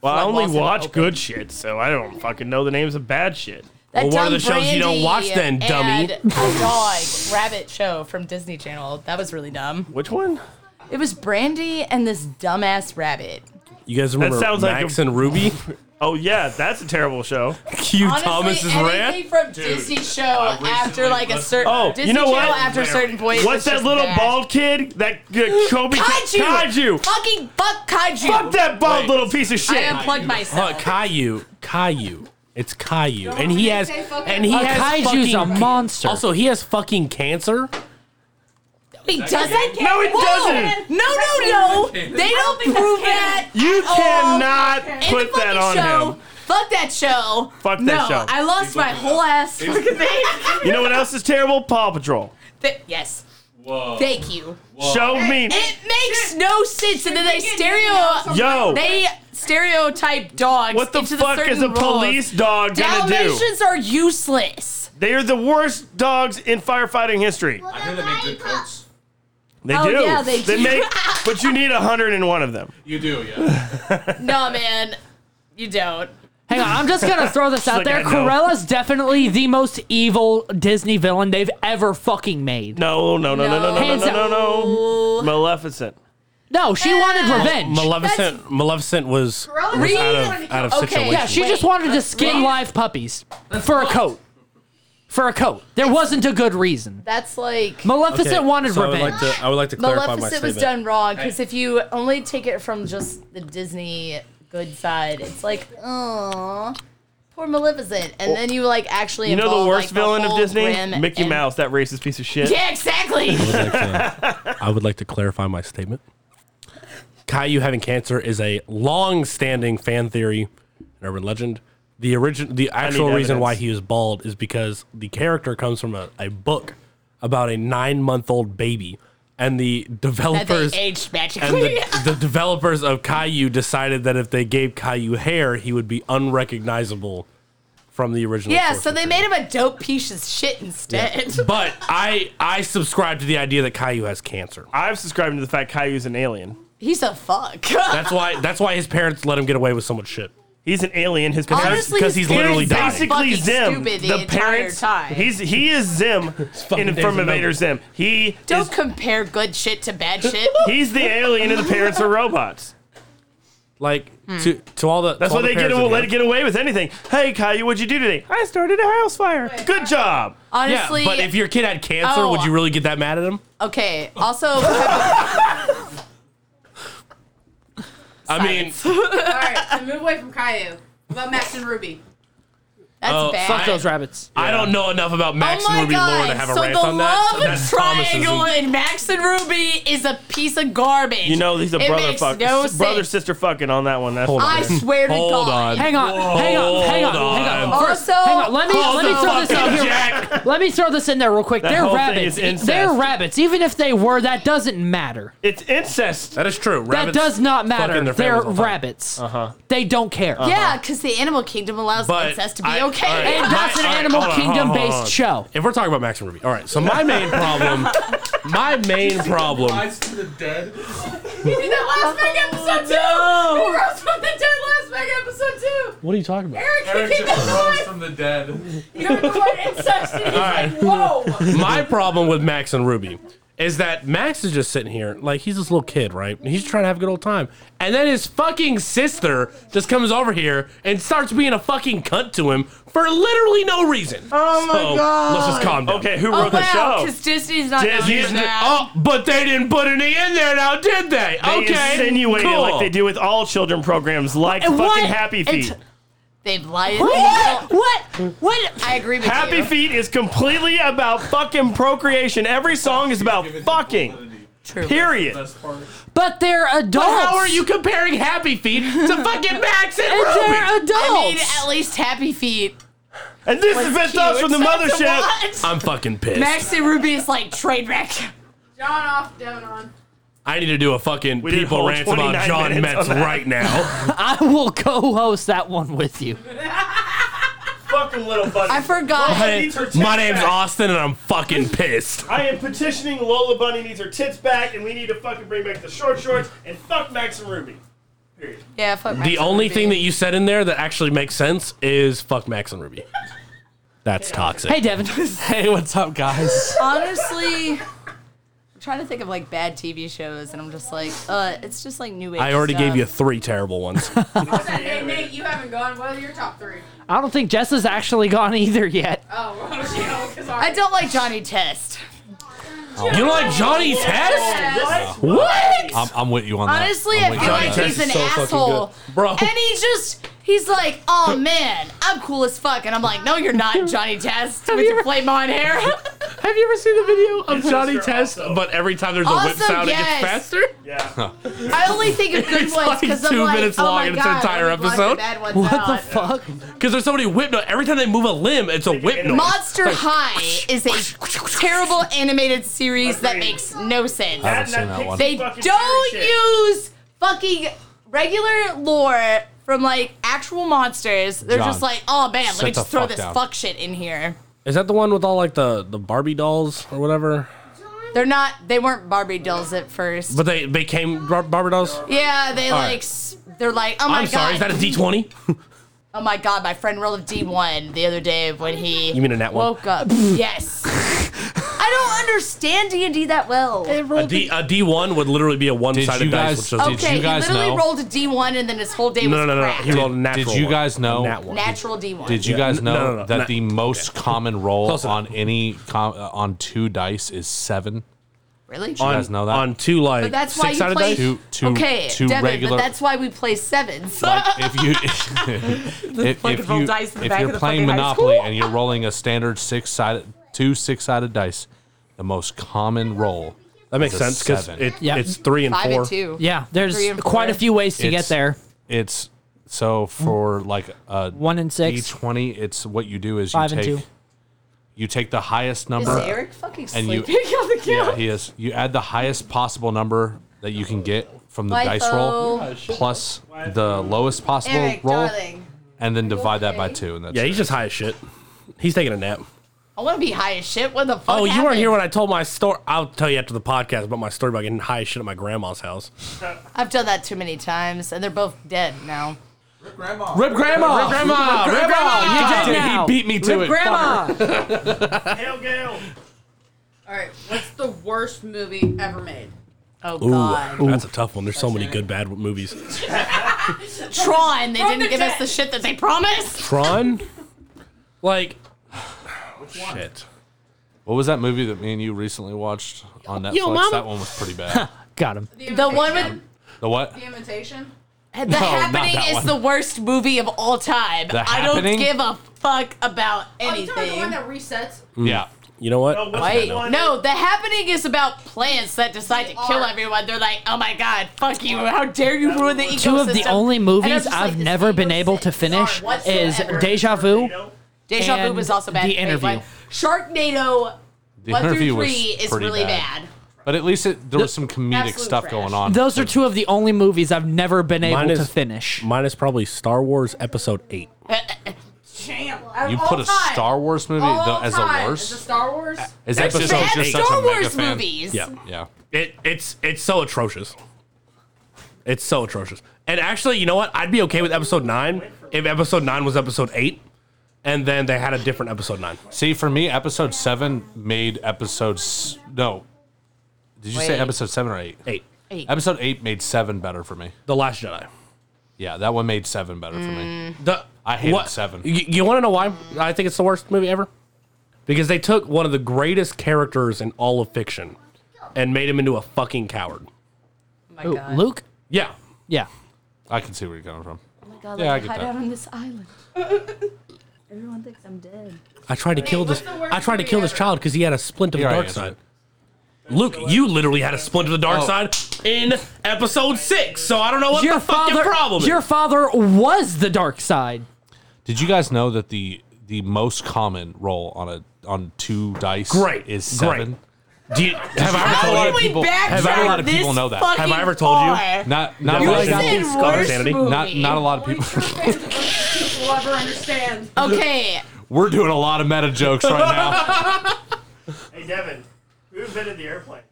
Speaker 7: Well, I
Speaker 2: Like
Speaker 7: only
Speaker 2: Lost and
Speaker 7: watch
Speaker 2: Open.
Speaker 7: good shit, so I don't fucking know the names of bad shit.
Speaker 2: That
Speaker 8: Well, what are the
Speaker 2: dumb
Speaker 8: shows you don't
Speaker 2: Brandy
Speaker 8: watch then, dummy?
Speaker 2: (laughs) and a dog rabbit show from Disney Channel. That was really dumb.
Speaker 7: Which one?
Speaker 2: It was Brandy and this dumbass rabbit.
Speaker 8: You guys remember
Speaker 7: sounds like
Speaker 8: Max
Speaker 7: a-
Speaker 8: and Ruby? (laughs)
Speaker 7: Oh, yeah, that's a terrible show.
Speaker 8: Q Thomas is red.
Speaker 2: anything from Disney show after like a certain
Speaker 7: Oh, you
Speaker 2: Disney
Speaker 7: know what?
Speaker 2: Channel after a certain point.
Speaker 7: What's that little bald kid? That uh, Kobe
Speaker 2: Kaiju!
Speaker 7: Kaiju!
Speaker 2: Fucking fuck kaiju!
Speaker 7: Fuck that bald
Speaker 8: Wait.
Speaker 7: little piece of
Speaker 2: I
Speaker 7: shit!
Speaker 2: unplugged
Speaker 8: Uh,
Speaker 2: myself.
Speaker 8: Caillou, Caillou. It's Caillou, and he has,
Speaker 6: say fucking-
Speaker 8: and he
Speaker 9: Uh,
Speaker 8: has
Speaker 9: Kaiju's
Speaker 8: fucking-
Speaker 9: a monster.
Speaker 8: Also, he has fucking cancer.
Speaker 2: he doesn't.
Speaker 7: No, it
Speaker 2: Whoa!
Speaker 7: doesn't.
Speaker 2: No, no, no! They don't prove that.
Speaker 7: You
Speaker 2: at all.
Speaker 7: cannot
Speaker 2: Oh, In
Speaker 7: put
Speaker 2: the fucking
Speaker 7: that on
Speaker 2: show.
Speaker 7: him.
Speaker 2: Fuck that show.
Speaker 7: Fuck that
Speaker 2: no,
Speaker 7: show.
Speaker 2: I lost my whole ass. fucking thing.
Speaker 7: (laughs) You know what else is terrible? Paw Patrol.
Speaker 2: Th- yes.
Speaker 11: Whoa.
Speaker 2: Thank you.
Speaker 7: Show me.
Speaker 2: It makes no sense, and then they
Speaker 6: Yo.
Speaker 2: stereo.
Speaker 7: Yo,
Speaker 2: They stereotype dogs.
Speaker 7: what the
Speaker 2: into
Speaker 7: fuck
Speaker 2: certain
Speaker 7: is a
Speaker 2: roles.
Speaker 7: police dog gonna do?
Speaker 2: Dalmatians are useless.
Speaker 7: They are the worst dogs in firefighting history.
Speaker 11: I hear they make good coats.
Speaker 7: They
Speaker 2: Oh,
Speaker 7: do.
Speaker 2: yeah, they do. (laughs)
Speaker 7: make, but you need 101 of them.
Speaker 11: You do, yeah.
Speaker 2: No, man, you don't.
Speaker 9: Hang on, I'm just gonna throw this out
Speaker 7: like,
Speaker 9: there.
Speaker 7: I know.
Speaker 9: Corella's definitely the most evil Disney villain they've ever fucking made.
Speaker 7: No, no, no, no, no, no,
Speaker 9: Hands
Speaker 7: no, no, no, no. Maleficent.
Speaker 9: No, she
Speaker 2: Uh,
Speaker 9: wanted revenge.
Speaker 8: Maleficent, Maleficent was, was out of
Speaker 9: Oh,
Speaker 8: out of
Speaker 2: Okay.
Speaker 8: situation.
Speaker 9: yeah, she
Speaker 2: Wait,
Speaker 9: just wanted to
Speaker 2: that's
Speaker 9: skin
Speaker 2: wrong.
Speaker 9: live puppies for a coat. For a coat. There wasn't a good reason.
Speaker 2: That's like
Speaker 9: Maleficent wanted revenge.
Speaker 8: to, I would like to
Speaker 2: Maleficent was done wrong because if you only take it from just the Disney good side, it's like, oh, poor Maleficent, and then you like actually
Speaker 7: You know
Speaker 2: involve,
Speaker 7: the worst
Speaker 2: like,
Speaker 7: villain
Speaker 2: whole
Speaker 7: of Disney?
Speaker 2: Grimm
Speaker 7: Mickey
Speaker 2: and-
Speaker 7: Mouse, that racist piece of
Speaker 2: (laughs)
Speaker 7: shit.
Speaker 2: Yeah,
Speaker 7: (laughs)
Speaker 2: exactly.
Speaker 8: I would like to (laughs) clarify my statement. Caillou having cancer is a long-standing fan theory and urban legend the origin, the actual
Speaker 11: need
Speaker 8: reason why
Speaker 11: evidence.
Speaker 8: he was bald is because the character comes from a, a book about a nine month old baby, and the developers
Speaker 2: aged
Speaker 8: and
Speaker 2: magically.
Speaker 8: the, the developers of Caillou decided that if they gave Caillou hair, he would be unrecognizable from the original.
Speaker 2: (laughs) yeah,
Speaker 8: source
Speaker 2: so they made him a dope piece of shit instead.
Speaker 8: But I I subscribe to the idea that Caillou has cancer.
Speaker 7: I've subscribed to the fact Caillou's an alien.
Speaker 2: (laughs) He's a fuck.
Speaker 8: That's why that's why his parents let him get away with so much shit.
Speaker 7: He's an alien. His
Speaker 2: (laughs) Honestly,
Speaker 8: because
Speaker 2: his
Speaker 8: he's literally
Speaker 2: parents
Speaker 8: dying.
Speaker 2: are
Speaker 7: basically
Speaker 2: fucking
Speaker 7: Zim.
Speaker 2: stupid the
Speaker 7: the
Speaker 2: entire
Speaker 7: parents.
Speaker 2: time.
Speaker 7: He's he is
Speaker 8: (laughs)
Speaker 7: Zim in
Speaker 8: days
Speaker 7: from
Speaker 8: of
Speaker 7: Invader
Speaker 8: numbers.
Speaker 7: Zim. He
Speaker 2: Don't compare good shit to bad
Speaker 7: (laughs)
Speaker 2: shit.
Speaker 7: he's the alien, and the parents are robots.
Speaker 8: Like
Speaker 2: Hmm.
Speaker 8: to to all the
Speaker 7: That's
Speaker 8: to all
Speaker 7: why
Speaker 8: the
Speaker 7: they get
Speaker 8: parents in
Speaker 7: away, let
Speaker 8: here.
Speaker 7: it get away with anything. Hey, Caillou, what'd you do today? I started a house fire. Good job.
Speaker 2: Honestly,
Speaker 8: yeah, but if your kid had cancer,
Speaker 2: Oh.
Speaker 8: would you really get that mad at him?
Speaker 2: okay. Also,
Speaker 7: (laughs)
Speaker 2: all
Speaker 8: I mean,
Speaker 6: right, so move away from Caillou. What about Max and Ruby?
Speaker 2: that's
Speaker 8: Oh,
Speaker 2: bad.
Speaker 8: fuck those
Speaker 9: rabbits.
Speaker 8: I don't know enough about Max
Speaker 2: oh my
Speaker 8: and Ruby
Speaker 2: god!
Speaker 8: Lore to have a
Speaker 2: so
Speaker 8: rant
Speaker 2: the
Speaker 8: on that.
Speaker 2: love
Speaker 8: That's Thomas's-
Speaker 2: triangle in Max and Ruby is a piece of garbage.
Speaker 7: You know he's a
Speaker 2: it
Speaker 7: brother
Speaker 2: makes
Speaker 7: fuck,
Speaker 2: No
Speaker 7: brother
Speaker 2: sense.
Speaker 7: sister fucking on that one. That's
Speaker 8: Hold
Speaker 7: what
Speaker 2: I
Speaker 7: it is.
Speaker 2: swear to
Speaker 8: Hold
Speaker 2: God.
Speaker 8: on.
Speaker 9: Hang on, hang on, hang on,
Speaker 8: Hold
Speaker 9: hang on.
Speaker 8: on.
Speaker 9: First,
Speaker 2: Also-
Speaker 9: hang on. Let me
Speaker 2: Hold
Speaker 9: let me
Speaker 2: the
Speaker 9: throw this
Speaker 7: fuck
Speaker 9: in
Speaker 7: up,
Speaker 9: here.
Speaker 7: Jack.
Speaker 9: Let me throw this in there real quick.
Speaker 7: That
Speaker 9: They're
Speaker 7: whole thing
Speaker 9: rabbits.
Speaker 7: is incest.
Speaker 9: They're rabbits. Even if they were, that doesn't matter.
Speaker 7: It's incest.
Speaker 8: That is true.
Speaker 9: that does not matter.
Speaker 8: fucking their
Speaker 9: They're
Speaker 8: families all the time.
Speaker 9: rabbits. Uh-huh. They don't care.
Speaker 2: Yeah, because the animal kingdom allows
Speaker 8: But
Speaker 2: incest to be
Speaker 8: I-
Speaker 2: okay.
Speaker 8: all right,
Speaker 9: And that's an
Speaker 8: all right,
Speaker 9: Animal
Speaker 8: hold on, hold on,
Speaker 9: Kingdom
Speaker 8: hold on,
Speaker 9: based show.
Speaker 8: If we're talking about Max and Ruby, all right. So my main problem, my main problem,
Speaker 3: Eyes to the dead.
Speaker 6: In that last Meg episode two. No.
Speaker 2: Oh.
Speaker 6: He rose from the dead last Meg episode two.
Speaker 8: What are you talking about?
Speaker 6: Eric,
Speaker 3: Eric
Speaker 6: he came back
Speaker 3: just
Speaker 6: to
Speaker 3: rose
Speaker 6: life.
Speaker 3: from the dead.
Speaker 6: He heard the word incest, and he's like, "Whoa."
Speaker 8: my problem with Max and Ruby is that Max is just sitting here, like he's this little kid, right? He's trying to have a good old time, and then his fucking sister just comes over here and starts being a fucking cunt to him for literally no reason.
Speaker 7: Oh my God.
Speaker 8: Let's just calm down.
Speaker 7: Okay, who
Speaker 2: Oh,
Speaker 7: wrote the
Speaker 2: wow,
Speaker 7: show?
Speaker 2: because Disney's not
Speaker 7: Disney's
Speaker 2: Disney's
Speaker 7: n-
Speaker 2: that.
Speaker 8: Oh, but they didn't put any in there now, did they?
Speaker 7: They
Speaker 8: okay,
Speaker 7: insinuate it
Speaker 8: cool.
Speaker 7: like they do with all children programs, like
Speaker 9: And what?
Speaker 7: fucking Happy Feet.
Speaker 9: It's-
Speaker 2: They've lied.
Speaker 9: What? What? What?
Speaker 2: I agree with
Speaker 7: Happy
Speaker 2: you.
Speaker 7: Feet is completely about fucking procreation. Every song is about fucking. Period.
Speaker 3: Best part.
Speaker 9: But they're adults.
Speaker 8: How are you comparing Happy Feet to fucking Max and
Speaker 9: And
Speaker 8: Ruby?
Speaker 9: they're
Speaker 2: (laughs)
Speaker 9: adults.
Speaker 2: I mean, at least Happy Feet.
Speaker 7: And this is best thoughts from the mothership.
Speaker 8: I'm fucking pissed.
Speaker 2: Max and Ruby is like train wreck.
Speaker 6: John off, Devin on.
Speaker 8: I need to do a fucking
Speaker 7: did
Speaker 8: people
Speaker 7: whole
Speaker 8: rant about
Speaker 7: 29
Speaker 8: John
Speaker 7: minutes
Speaker 8: Metz
Speaker 7: on that.
Speaker 8: right now.
Speaker 7: (laughs)
Speaker 9: I will co-host that one with you.
Speaker 7: Fuck him, little buddy.
Speaker 2: I forgot.
Speaker 8: Hey,
Speaker 7: needs her tits
Speaker 8: my name's
Speaker 7: back.
Speaker 8: Austin, and I'm fucking pissed.
Speaker 7: (laughs) I am petitioning Lola Bunny needs her tits back, and we need to fucking bring back the short shorts and fuck Max and Ruby. Period.
Speaker 2: Yeah, fuck. Max
Speaker 8: The
Speaker 2: and
Speaker 8: only
Speaker 2: Ruby.
Speaker 8: thing that you said in there that actually makes sense is fuck Max and Ruby. That's toxic.
Speaker 9: Hey, Devin.
Speaker 5: Hey, what's up, guys?
Speaker 2: honestly, I'm trying to think of like bad TV shows, and I'm just like, uh, it's just like new age.
Speaker 8: I already
Speaker 2: stuff.
Speaker 8: gave you three terrible ones.
Speaker 6: Hey, Nate, you haven't gone. What are your top three?
Speaker 9: I don't think Jess has actually gone either yet.
Speaker 6: Oh, well, you know, because
Speaker 2: I don't like Johnny Test.
Speaker 8: you don't like Johnny Test? What?
Speaker 1: I'm, I'm with
Speaker 8: Oh,
Speaker 1: you on that.
Speaker 2: Honestly,
Speaker 1: I'm
Speaker 2: I
Speaker 1: with
Speaker 2: feel
Speaker 1: you on
Speaker 2: like
Speaker 1: that.
Speaker 2: he's an asshole,
Speaker 8: Bro.
Speaker 2: And he just. He's like, oh man, I'm cool as fuck, and I'm like, no, you're not, Johnny Test, with your flame on
Speaker 9: (laughs)
Speaker 2: hair.
Speaker 8: Have you ever seen the video of Johnny
Speaker 7: sister
Speaker 8: Test?
Speaker 7: also.
Speaker 8: But every time there's a whip
Speaker 2: Also,
Speaker 8: sound,
Speaker 2: yes.
Speaker 8: it gets faster.
Speaker 7: (laughs) Yeah.
Speaker 2: I only think of good
Speaker 8: It's
Speaker 2: ones
Speaker 8: like
Speaker 2: because
Speaker 8: two
Speaker 2: I'm like,
Speaker 8: minutes
Speaker 2: oh
Speaker 8: long
Speaker 2: my
Speaker 8: in its
Speaker 2: god,
Speaker 8: entire
Speaker 2: let me block the
Speaker 8: episode.
Speaker 2: bad ones
Speaker 9: What the
Speaker 2: out.
Speaker 9: fuck?
Speaker 8: Because there's somebody whip noise. Every time they move a limb, it's a whip noise.
Speaker 2: Monster High is a
Speaker 8: (laughs)
Speaker 2: terrible animated series that makes no sense.
Speaker 1: I haven't seen that one.
Speaker 2: They don't use fucking regular lore from like actual monsters. They're
Speaker 1: John,
Speaker 2: just like, oh man, let
Speaker 1: sit
Speaker 2: me just
Speaker 1: the
Speaker 2: throw
Speaker 1: fuck
Speaker 2: this
Speaker 1: down."
Speaker 2: fuck shit in here.
Speaker 8: Is that the one with all like the the Barbie dolls or whatever?
Speaker 2: They're not. They weren't Barbie dolls at first.
Speaker 8: But they became Bar- Barbie dolls.
Speaker 2: yeah, they
Speaker 8: All
Speaker 2: like
Speaker 8: right.
Speaker 2: like. s- They're like, oh my
Speaker 8: I'm
Speaker 2: god.
Speaker 8: sorry, is that a D20?
Speaker 2: oh my god, my friend rolled a D one the other day when he.
Speaker 8: You mean a nat one?
Speaker 2: Woke up. yes. I don't understand D and D that well.
Speaker 8: A, D, a D1 would literally be a
Speaker 1: Did you
Speaker 8: one-sided dice.
Speaker 1: guys?
Speaker 8: Which does
Speaker 1: Did
Speaker 2: Okay,
Speaker 1: you guys
Speaker 2: he literally
Speaker 1: know?
Speaker 2: rolled a D1 and then his whole day
Speaker 8: no, no,
Speaker 2: was
Speaker 8: no, no.
Speaker 2: cracked.
Speaker 8: He rolled a natural
Speaker 1: Did you
Speaker 8: one.
Speaker 1: guys
Speaker 8: A
Speaker 1: know-
Speaker 8: nat one.
Speaker 2: Natural D1.
Speaker 1: Did you
Speaker 8: Yeah.
Speaker 1: guys know
Speaker 8: No, no, no,
Speaker 1: that
Speaker 8: no.
Speaker 1: the most common roll
Speaker 8: Close
Speaker 1: on
Speaker 8: enough.
Speaker 1: any com- uh, on two dice is seven?
Speaker 2: really?
Speaker 1: You
Speaker 8: on,
Speaker 1: guys know that?
Speaker 8: on two like
Speaker 2: but that's why you
Speaker 8: six-sided
Speaker 2: play
Speaker 8: dice.
Speaker 1: Two- two-
Speaker 2: okay,
Speaker 1: two
Speaker 2: Devin,
Speaker 1: regular-
Speaker 2: But that's why we play sevens.
Speaker 1: like if you (laughs) if, if,
Speaker 2: fucking roll
Speaker 1: you
Speaker 2: dice in the
Speaker 1: if
Speaker 2: back
Speaker 1: you're
Speaker 2: of the
Speaker 1: playing
Speaker 2: fucking high
Speaker 1: Monopoly
Speaker 2: school.
Speaker 1: and you're rolling a standard six sided two six sided dice, the most common roll
Speaker 8: That makes
Speaker 1: It's a
Speaker 8: sense because
Speaker 1: seven.
Speaker 8: it,
Speaker 9: Yeah.
Speaker 8: it's three and
Speaker 2: Five
Speaker 8: four.
Speaker 2: and two.
Speaker 9: Yeah, there's
Speaker 2: Three and
Speaker 9: quite a
Speaker 2: four.
Speaker 9: few ways to get
Speaker 1: It's-
Speaker 9: there.
Speaker 1: it's So
Speaker 2: Mm.
Speaker 1: for like a
Speaker 9: One and six.
Speaker 1: E twenty, it's what you do is you
Speaker 9: Five and
Speaker 1: take
Speaker 9: two.
Speaker 1: you take the highest number.
Speaker 2: Eric fucking
Speaker 1: and you-
Speaker 2: sleeping on the
Speaker 1: Yeah,
Speaker 2: couch?
Speaker 1: he is. You add the highest possible number that you can get from the dice
Speaker 2: Lifo.
Speaker 1: roll plus the lowest possible
Speaker 2: Eric,
Speaker 1: roll,
Speaker 2: darling.
Speaker 1: and then divide that by two. And that's
Speaker 8: Yeah, he's just high as shit. He's taking a nap.
Speaker 2: I want to be high as shit. What the fuck?
Speaker 8: Oh, you
Speaker 2: happened?
Speaker 8: weren't here when I told my story. I'll tell you after the podcast about my story about getting high as shit at my grandma's house.
Speaker 2: I've done that too many times, and they're both dead now. Rip grandma.
Speaker 1: Rip grandma.
Speaker 8: Rip grandma. Rip grandma.
Speaker 1: You're
Speaker 2: God
Speaker 1: dead
Speaker 2: damn it,
Speaker 1: now. He beat me to Rip it, grandma.
Speaker 7: Hail Gale.
Speaker 6: All right, what's the worst movie ever made?
Speaker 2: Oh
Speaker 8: Ooh, that's a tough one. There's so many good bad movies.
Speaker 2: Tron. They
Speaker 6: From
Speaker 2: didn't
Speaker 6: the
Speaker 2: give us the shit that they promised.
Speaker 8: Tron? like, shit.
Speaker 1: What was that movie that me and you recently watched on Netflix?
Speaker 6: Yo, Mama-
Speaker 1: That one was pretty bad.
Speaker 9: Got him.
Speaker 2: The one with
Speaker 1: The what?
Speaker 6: The Imitation.
Speaker 2: the
Speaker 1: No, not
Speaker 2: happening
Speaker 1: that
Speaker 2: is
Speaker 1: one.
Speaker 2: the worst movie of all time.
Speaker 1: The
Speaker 2: I don't
Speaker 1: Happening?
Speaker 2: give a fuck about
Speaker 6: Anything. Oh, you the
Speaker 2: anything.
Speaker 6: one that resets?
Speaker 1: Yeah.
Speaker 8: You know what?
Speaker 2: Wait, no, the happening is about plants that decide to kill everyone. They're like, oh my god, fuck you, how dare you ruin the ecosystem.
Speaker 9: Two of the only
Speaker 2: And I'm
Speaker 9: movies
Speaker 2: just
Speaker 9: I've
Speaker 2: like,
Speaker 9: never been able to finish is Deja Vu.
Speaker 2: Deja Vu
Speaker 9: and
Speaker 2: was also bad.
Speaker 9: The interview.
Speaker 2: Wait, what? Sharknado
Speaker 1: The
Speaker 2: 1
Speaker 1: interview
Speaker 2: through
Speaker 1: was
Speaker 2: 3 is
Speaker 1: pretty
Speaker 2: really
Speaker 1: bad.
Speaker 2: bad.
Speaker 1: But at least it, there was some comedic
Speaker 2: Absolute
Speaker 1: stuff
Speaker 2: trash.
Speaker 1: going on.
Speaker 9: Those are two of the only movies I've never been able
Speaker 8: Mine is-
Speaker 9: to finish.
Speaker 8: Mine is probably Star Wars Episode 8.
Speaker 2: (laughs)
Speaker 6: Champ.
Speaker 1: You put a Star Wars movie though, as the
Speaker 6: Is it
Speaker 1: worst?
Speaker 6: Star Wars?
Speaker 1: Is that
Speaker 8: Episode
Speaker 1: just because you're
Speaker 8: eight.
Speaker 1: such
Speaker 8: Star
Speaker 1: a mega
Speaker 6: Wars
Speaker 1: fan?
Speaker 6: movies.
Speaker 8: Yeah.
Speaker 1: Yeah.
Speaker 8: It, it's it's so atrocious. It's so atrocious. And actually, you know what? I'd be okay with episode nine if episode nine was episode eight, and then they had a different episode nine.
Speaker 1: See, for me, episode seven made episodes. No. Did you say
Speaker 8: Wait.
Speaker 1: episode seven or eight?
Speaker 8: Eight.
Speaker 2: Eight.
Speaker 1: Episode eight made seven better for me.
Speaker 8: The Last Jedi.
Speaker 1: Yeah, that one made seven better for me.
Speaker 8: The
Speaker 1: I hated
Speaker 8: what-
Speaker 1: seven.
Speaker 8: You, you want to know why I think it's the worst movie ever? Because they took one of the greatest characters in all of fiction and made him into a fucking coward.
Speaker 9: Ooh, Luke?
Speaker 8: Yeah.
Speaker 9: Yeah.
Speaker 1: I can see where you're coming from. Oh my
Speaker 10: God,
Speaker 1: yeah, I
Speaker 10: like,
Speaker 1: get
Speaker 10: hide
Speaker 1: that.
Speaker 10: out on this
Speaker 2: (laughs)
Speaker 10: island. Everyone thinks I'm dead.
Speaker 8: I tried to kill this. I tried to kill this child because he had a splint of
Speaker 1: Here
Speaker 8: the
Speaker 1: I
Speaker 8: dark
Speaker 1: am.
Speaker 8: side. Luke, you literally had a splint of the dark
Speaker 1: Oh.
Speaker 8: side in episode six, so I don't know what the fucking problem
Speaker 9: Your
Speaker 8: is.
Speaker 9: father was the dark side.
Speaker 1: Did you guys know that the the most common roll on a on two dice
Speaker 8: Great.
Speaker 1: is
Speaker 8: Great.
Speaker 1: seven?
Speaker 8: Do
Speaker 2: (laughs)
Speaker 8: you, have I ever
Speaker 1: How
Speaker 8: told
Speaker 1: did
Speaker 8: you?
Speaker 1: we People- have I- a lot of
Speaker 2: backtrack
Speaker 1: people
Speaker 2: this
Speaker 1: know that.
Speaker 2: fucking
Speaker 8: Have I ever told you?
Speaker 2: far?
Speaker 1: Not not
Speaker 8: You
Speaker 1: a lot of
Speaker 8: said
Speaker 1: people.
Speaker 2: worst Insanity. movie.
Speaker 1: Not not a lot of people.
Speaker 6: People ever understand?
Speaker 2: Okay,
Speaker 1: (laughs) We're doing a lot of meta jokes right
Speaker 8: (laughs)
Speaker 1: now.
Speaker 7: Hey Devin, who invented the airplane?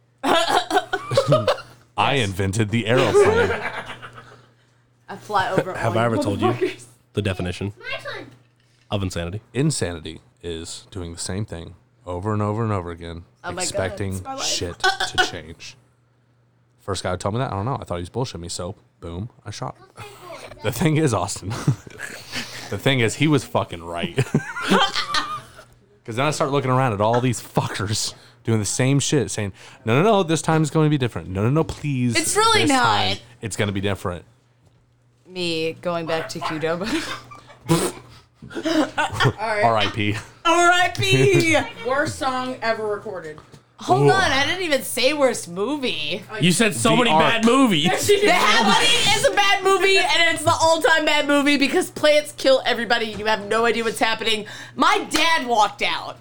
Speaker 1: I invented the aeroplane.
Speaker 6: I fly over.
Speaker 8: Have I ever told you the definition of insanity?
Speaker 1: Insanity is doing the same thing over and over and over again,
Speaker 2: Oh my God,
Speaker 1: expecting
Speaker 2: it's my life.
Speaker 1: shit
Speaker 2: (laughs)
Speaker 1: to change. First guy who told me that, I don't know. I thought he was bullshitting me, so boom, I shot him. (laughs) The thing is, Austin, (laughs) the thing is, he was fucking right. (laughs) Because then I start looking around at all these fuckers doing the same shit, saying, no, no, no, this time is going to be different. No, no, no, please.
Speaker 2: It's really
Speaker 1: this
Speaker 2: not.
Speaker 1: time it's going to be different.
Speaker 2: me going back to Qdoba.
Speaker 1: R.I.P.
Speaker 2: R.I.P.
Speaker 6: Worst song ever recorded.
Speaker 2: Hold on, I didn't even say worst movie.
Speaker 6: Oh,
Speaker 8: You said so
Speaker 1: The
Speaker 8: many
Speaker 1: Ark.
Speaker 8: bad movies.
Speaker 2: (laughs) The Happening is a bad movie, and it's the all-time bad movie because plants kill everybody. You have no idea what's happening. My dad walked out.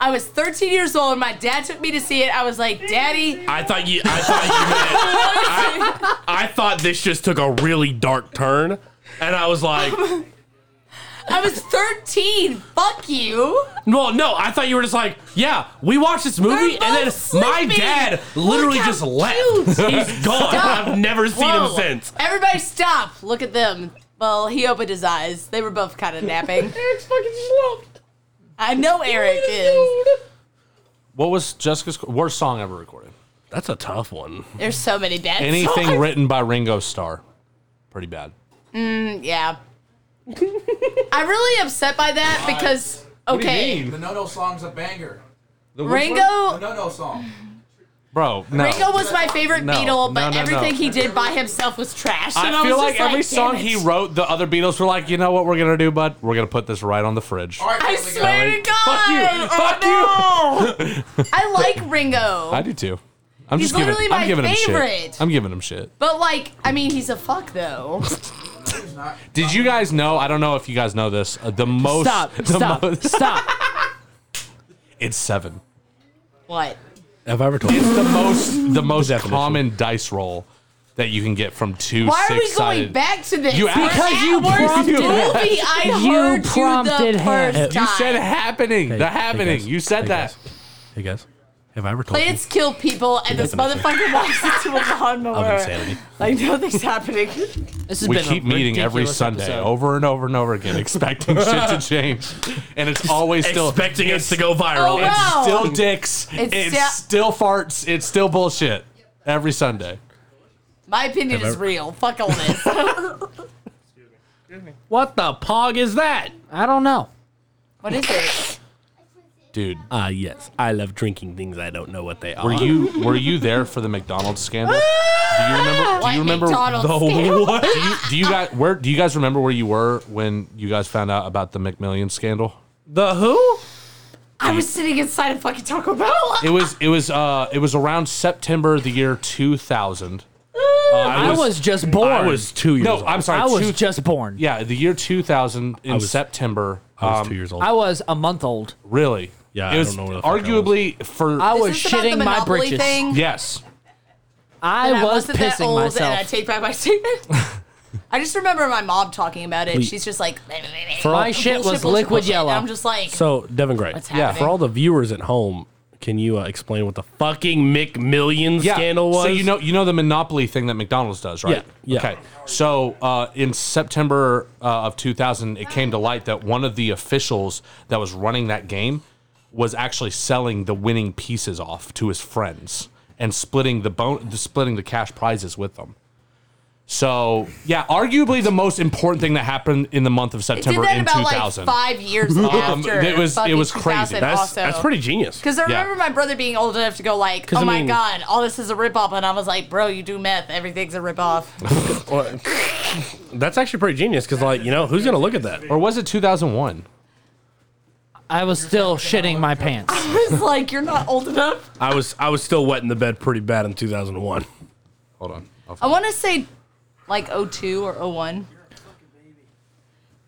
Speaker 2: I was 13 years old. My dad took me to see it. I was like, "Daddy,
Speaker 8: I thought you. I thought
Speaker 2: (laughs)
Speaker 8: you meant. I, I thought this just took a really dark turn, and I was
Speaker 2: (laughs)
Speaker 8: like,
Speaker 2: I was 13. Fuck you."
Speaker 8: "Well, no." I thought you were just like, "Yeah, we watched this movie,
Speaker 2: We're
Speaker 8: and then
Speaker 2: both
Speaker 8: my
Speaker 2: sleeping.
Speaker 8: dad
Speaker 2: Look
Speaker 8: literally
Speaker 2: how
Speaker 8: just left.
Speaker 2: cute.
Speaker 8: He's gone. I've never seen
Speaker 2: Whoa.
Speaker 8: him since."
Speaker 2: Everybody, stop! Look at them. Well, he opened his eyes. They were both kind of
Speaker 6: (laughs)
Speaker 2: napping.
Speaker 6: Eric's fucking slumped.
Speaker 2: I know Eric is.
Speaker 1: What was Jessica's worst song ever recorded?
Speaker 8: That's a tough one.
Speaker 2: There's so many bad (laughs)
Speaker 1: Anything
Speaker 2: songs.
Speaker 1: written by Ringo Starr. Pretty bad.
Speaker 2: Yeah. I'm really upset by that because okay,
Speaker 3: The no no song's a banger. The no
Speaker 2: Ringo
Speaker 3: no song.
Speaker 1: Bro, no.
Speaker 2: Ringo was my favorite
Speaker 1: No,
Speaker 2: Beatle,
Speaker 1: no,
Speaker 2: but
Speaker 1: no, no.
Speaker 2: everything he did by himself was trash. And I,
Speaker 1: I feel
Speaker 2: was
Speaker 1: like
Speaker 2: just
Speaker 1: every
Speaker 2: "Damn
Speaker 1: song he
Speaker 2: it."
Speaker 1: wrote, the other Beatles were like, you know what we're gonna do, bud? We're gonna put this right on the fridge.
Speaker 3: All right,
Speaker 2: I
Speaker 3: there we go.
Speaker 2: swear to
Speaker 1: Like,
Speaker 2: God,
Speaker 1: fuck you,
Speaker 2: oh no! I like Ringo,
Speaker 1: I do too. I'm
Speaker 2: He's
Speaker 1: just giving,
Speaker 2: literally
Speaker 1: I'm
Speaker 2: my
Speaker 1: giving him
Speaker 2: favorite.
Speaker 1: shit. I'm giving him shit.
Speaker 2: but like, I mean, he's a fuck though.
Speaker 1: Did you guys know? I don't know if you guys know this. Uh, the most.
Speaker 9: Stop,
Speaker 1: (laughs) the
Speaker 9: stop,
Speaker 1: most-
Speaker 9: stop.
Speaker 1: it's seven.
Speaker 2: What?
Speaker 1: Have I ever told it's the most the most common dice roll that you can get from two
Speaker 2: Why are we
Speaker 1: six
Speaker 2: going
Speaker 1: sided.
Speaker 2: back to this?
Speaker 1: You
Speaker 2: We're
Speaker 1: asked-
Speaker 2: at
Speaker 1: Because you
Speaker 2: worst
Speaker 1: prompted
Speaker 2: movie
Speaker 1: him.
Speaker 2: I
Speaker 1: You
Speaker 2: heard you
Speaker 1: prompted
Speaker 2: the
Speaker 1: him.
Speaker 2: first
Speaker 1: You
Speaker 2: time.
Speaker 1: said happening.
Speaker 8: Hey,
Speaker 1: the
Speaker 8: hey,
Speaker 1: happening.
Speaker 8: guys.
Speaker 1: you said
Speaker 8: Hey,
Speaker 1: that.
Speaker 8: Hey guys, have I ever told you?
Speaker 2: Plants kill people, and this
Speaker 8: Definition.
Speaker 2: motherfucker walks into a lawnmower.
Speaker 1: Insanity.
Speaker 2: Like nothing's happening. This
Speaker 1: we keep meeting every
Speaker 11: ridiculous
Speaker 1: Sunday
Speaker 11: episode.
Speaker 1: over and over and over again, expecting shit to change, and it's always still
Speaker 8: Expecting us to go viral.
Speaker 2: Oh, wow.
Speaker 1: It's still dicks.
Speaker 2: It's
Speaker 1: It's,
Speaker 2: sti-
Speaker 1: still farts. It's still bullshit. Every Sunday.
Speaker 2: My opinion
Speaker 1: Have
Speaker 2: is
Speaker 1: I-
Speaker 2: real. Fuck all
Speaker 9: (laughs)
Speaker 2: this.
Speaker 9: What the pog is that? I don't know.
Speaker 2: what is it?
Speaker 1: Dude.
Speaker 8: Ah, yes. I love drinking things I don't know what they are.
Speaker 1: Were you were you there for the McDonald's scandal? Do you remember? Do
Speaker 2: What
Speaker 1: you remember
Speaker 2: McDonald's The scandal? what?
Speaker 1: Do you, do you guys where? Do you guys remember where you were when you guys found out about the McMillian scandal?
Speaker 8: The who?
Speaker 2: I was sitting inside a fucking Taco
Speaker 9: (laughs)
Speaker 2: Bell.
Speaker 1: It was it was uh it was around September of the year two thousand. Uh,
Speaker 9: I was just born.
Speaker 1: I was two years. No,
Speaker 9: old.
Speaker 1: I'm sorry.
Speaker 9: I was
Speaker 1: two-
Speaker 9: just born.
Speaker 1: Yeah, the year two thousand in
Speaker 9: I was-
Speaker 1: September. um,
Speaker 9: I was
Speaker 1: two years
Speaker 9: I was a month old.
Speaker 1: Really?
Speaker 8: Yeah,
Speaker 1: It
Speaker 8: I
Speaker 1: was
Speaker 8: don't know where the fuck I was.
Speaker 1: arguably for.
Speaker 9: I was shitting my
Speaker 2: Monopoly
Speaker 9: britches.
Speaker 2: thing?
Speaker 1: Yes.
Speaker 9: I
Speaker 2: And
Speaker 9: was
Speaker 2: wasn't that
Speaker 9: pissing
Speaker 2: old,
Speaker 9: myself.
Speaker 2: And I take back my (laughs) statement. I just remember my mom talking about it.
Speaker 8: Please.
Speaker 2: She's just like,
Speaker 8: For all-
Speaker 9: My shit was liquid yellow.
Speaker 2: And I'm just like,
Speaker 8: So Devin Gray,
Speaker 2: What's happening?
Speaker 8: for all the viewers at home, can you uh, explain what the fucking McMillion scandal was?
Speaker 1: So you know you know the monopoly thing that McDonald's does, right?
Speaker 8: Yeah, yeah.
Speaker 1: Okay. So uh, in September uh, of 2000, it came to light that one of the officials that was running that game was actually selling the winning pieces off to his friends and splitting the bone, the, splitting the cash prizes with them. So yeah, arguably the most important thing that happened in the month of
Speaker 2: it did
Speaker 1: September
Speaker 2: that
Speaker 1: in
Speaker 2: about
Speaker 1: 2000.
Speaker 2: like five
Speaker 1: (laughs)
Speaker 2: years
Speaker 1: Um,
Speaker 2: after.
Speaker 1: it was- it
Speaker 2: fucking
Speaker 1: was crazy.
Speaker 2: 2000
Speaker 1: That's-
Speaker 2: also.
Speaker 8: that's
Speaker 2: (laughs)
Speaker 8: pretty genius.
Speaker 2: Because I
Speaker 1: Yeah.
Speaker 2: remember my brother being old enough to go like,
Speaker 8: 'Cause,
Speaker 2: "Oh
Speaker 8: I
Speaker 2: my
Speaker 8: mean-
Speaker 2: god, all this is a ripoff," and I was like, "Bro, you do meth. Everything's a ripoff."
Speaker 8: Well, that's actually pretty genius because, like, you know, who's gonna look at that?
Speaker 1: Or was it 2001?
Speaker 9: I was still shitting my pants.
Speaker 2: I was like, "You're not old enough."
Speaker 8: I was I was still wet in the bed pretty bad in 2001.
Speaker 1: Hold on.
Speaker 2: I want to say, like 02 or 01.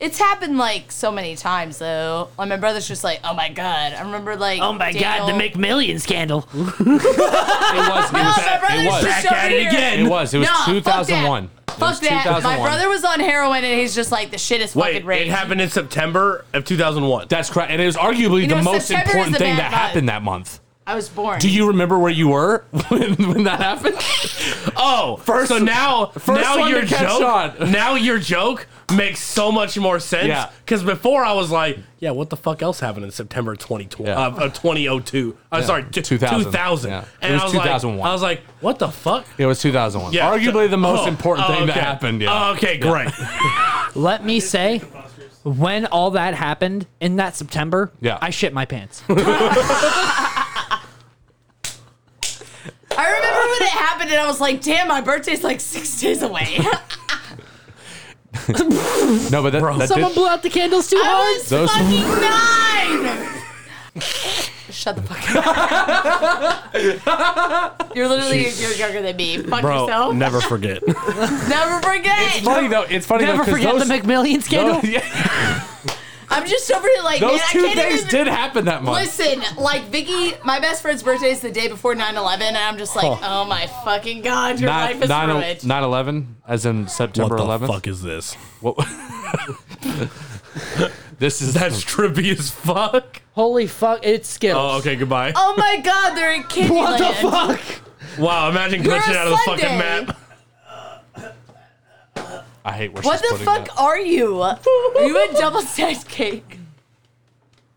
Speaker 2: It's happened like so many times though. Like my brother's just like, "Oh my god." I remember like,
Speaker 9: Oh my god, the
Speaker 2: Daniel-
Speaker 9: McMillian scandal.
Speaker 1: It was. It
Speaker 2: (laughs) No,
Speaker 1: was.
Speaker 2: my brother's
Speaker 1: it was.
Speaker 2: just Back at it over here. again.
Speaker 1: It was. It was
Speaker 2: No, fuck that.
Speaker 1: 2001. It was
Speaker 2: Fuck that. My
Speaker 1: 2001.
Speaker 2: brother was on heroin and he's just like, the shit is
Speaker 8: Wait,
Speaker 2: fucking rage.
Speaker 8: it happened in September of 2001.
Speaker 1: That's correct, and it was arguably
Speaker 2: You
Speaker 1: the
Speaker 2: know,
Speaker 1: most
Speaker 2: September
Speaker 1: important
Speaker 2: is a
Speaker 1: thing
Speaker 2: bad
Speaker 1: that
Speaker 2: month.
Speaker 1: happened that month.
Speaker 2: I was born.
Speaker 1: Do you remember where you were (laughs) when, when that happened?
Speaker 8: Oh,
Speaker 1: First-
Speaker 8: so now
Speaker 1: first
Speaker 8: now
Speaker 1: one
Speaker 8: your
Speaker 1: to catch
Speaker 8: joke
Speaker 1: on. (laughs)
Speaker 8: now your joke makes so much more sense
Speaker 1: Yeah.
Speaker 8: because before I was like, yeah, what the fuck else happened in September 2020
Speaker 1: Yeah.
Speaker 8: uh, of 2002? I'm
Speaker 1: Yeah.
Speaker 8: Uh, sorry, t-
Speaker 1: 2000.
Speaker 8: 2000.
Speaker 1: Yeah. It
Speaker 8: And
Speaker 1: was
Speaker 8: I was
Speaker 1: 2001.
Speaker 8: Like, I was like, what the fuck? Oh,
Speaker 1: It was 2001. Arguably the most important thing that happened. Yeah.
Speaker 8: okay, great.
Speaker 1: (laughs)
Speaker 9: Let me say, when all that happened in that September, yeah. I shit
Speaker 1: (laughs)
Speaker 9: my pants.
Speaker 2: I remember when it happened and I was like, damn, my birthday's like six days away. (laughs)
Speaker 1: No, but that, that
Speaker 9: Someone
Speaker 1: did,
Speaker 9: blew out the candles too hard.
Speaker 1: those,
Speaker 2: Nine!
Speaker 1: (laughs)
Speaker 2: Shut the fuck up. you're literally
Speaker 1: Jesus.
Speaker 2: you're younger than me. Fuck
Speaker 8: Bro,
Speaker 2: yourself.
Speaker 8: never forget.
Speaker 2: Never forget.
Speaker 1: It's funny though. It's funny
Speaker 9: Never
Speaker 1: though, 'cause
Speaker 9: forget
Speaker 1: those,
Speaker 9: the McMillian scandal.
Speaker 1: Those,
Speaker 2: (laughs)
Speaker 1: yeah,
Speaker 2: I'm just over here like,
Speaker 1: those
Speaker 2: man, I
Speaker 1: two
Speaker 2: can't
Speaker 1: things
Speaker 2: even.
Speaker 1: did happen that month.
Speaker 2: Listen, like Vicky, my best friend's birthday is the day before 9/11, and I'm just like,
Speaker 1: Huh.
Speaker 2: oh my fucking god, your
Speaker 1: Nine-
Speaker 2: life is
Speaker 1: nine-
Speaker 2: ruined.
Speaker 1: 9/11, as in September
Speaker 8: what the
Speaker 1: 11th.
Speaker 8: fuck is this?
Speaker 1: (laughs) This is
Speaker 8: That's trippy as fuck.
Speaker 9: Holy fuck, it's Skittles.
Speaker 8: Oh, okay, goodbye.
Speaker 2: Oh my
Speaker 1: (laughs)
Speaker 2: god, they're in Candyland.
Speaker 9: What the fuck?
Speaker 8: Wow, imagine
Speaker 2: You're
Speaker 8: glitching
Speaker 2: a
Speaker 8: out of the
Speaker 2: Sunday.
Speaker 8: fucking map.
Speaker 1: I hate where
Speaker 2: What
Speaker 1: she's putting
Speaker 2: the fuck
Speaker 1: that.
Speaker 2: are
Speaker 1: (laughs)
Speaker 2: you? Are you a double sized cake?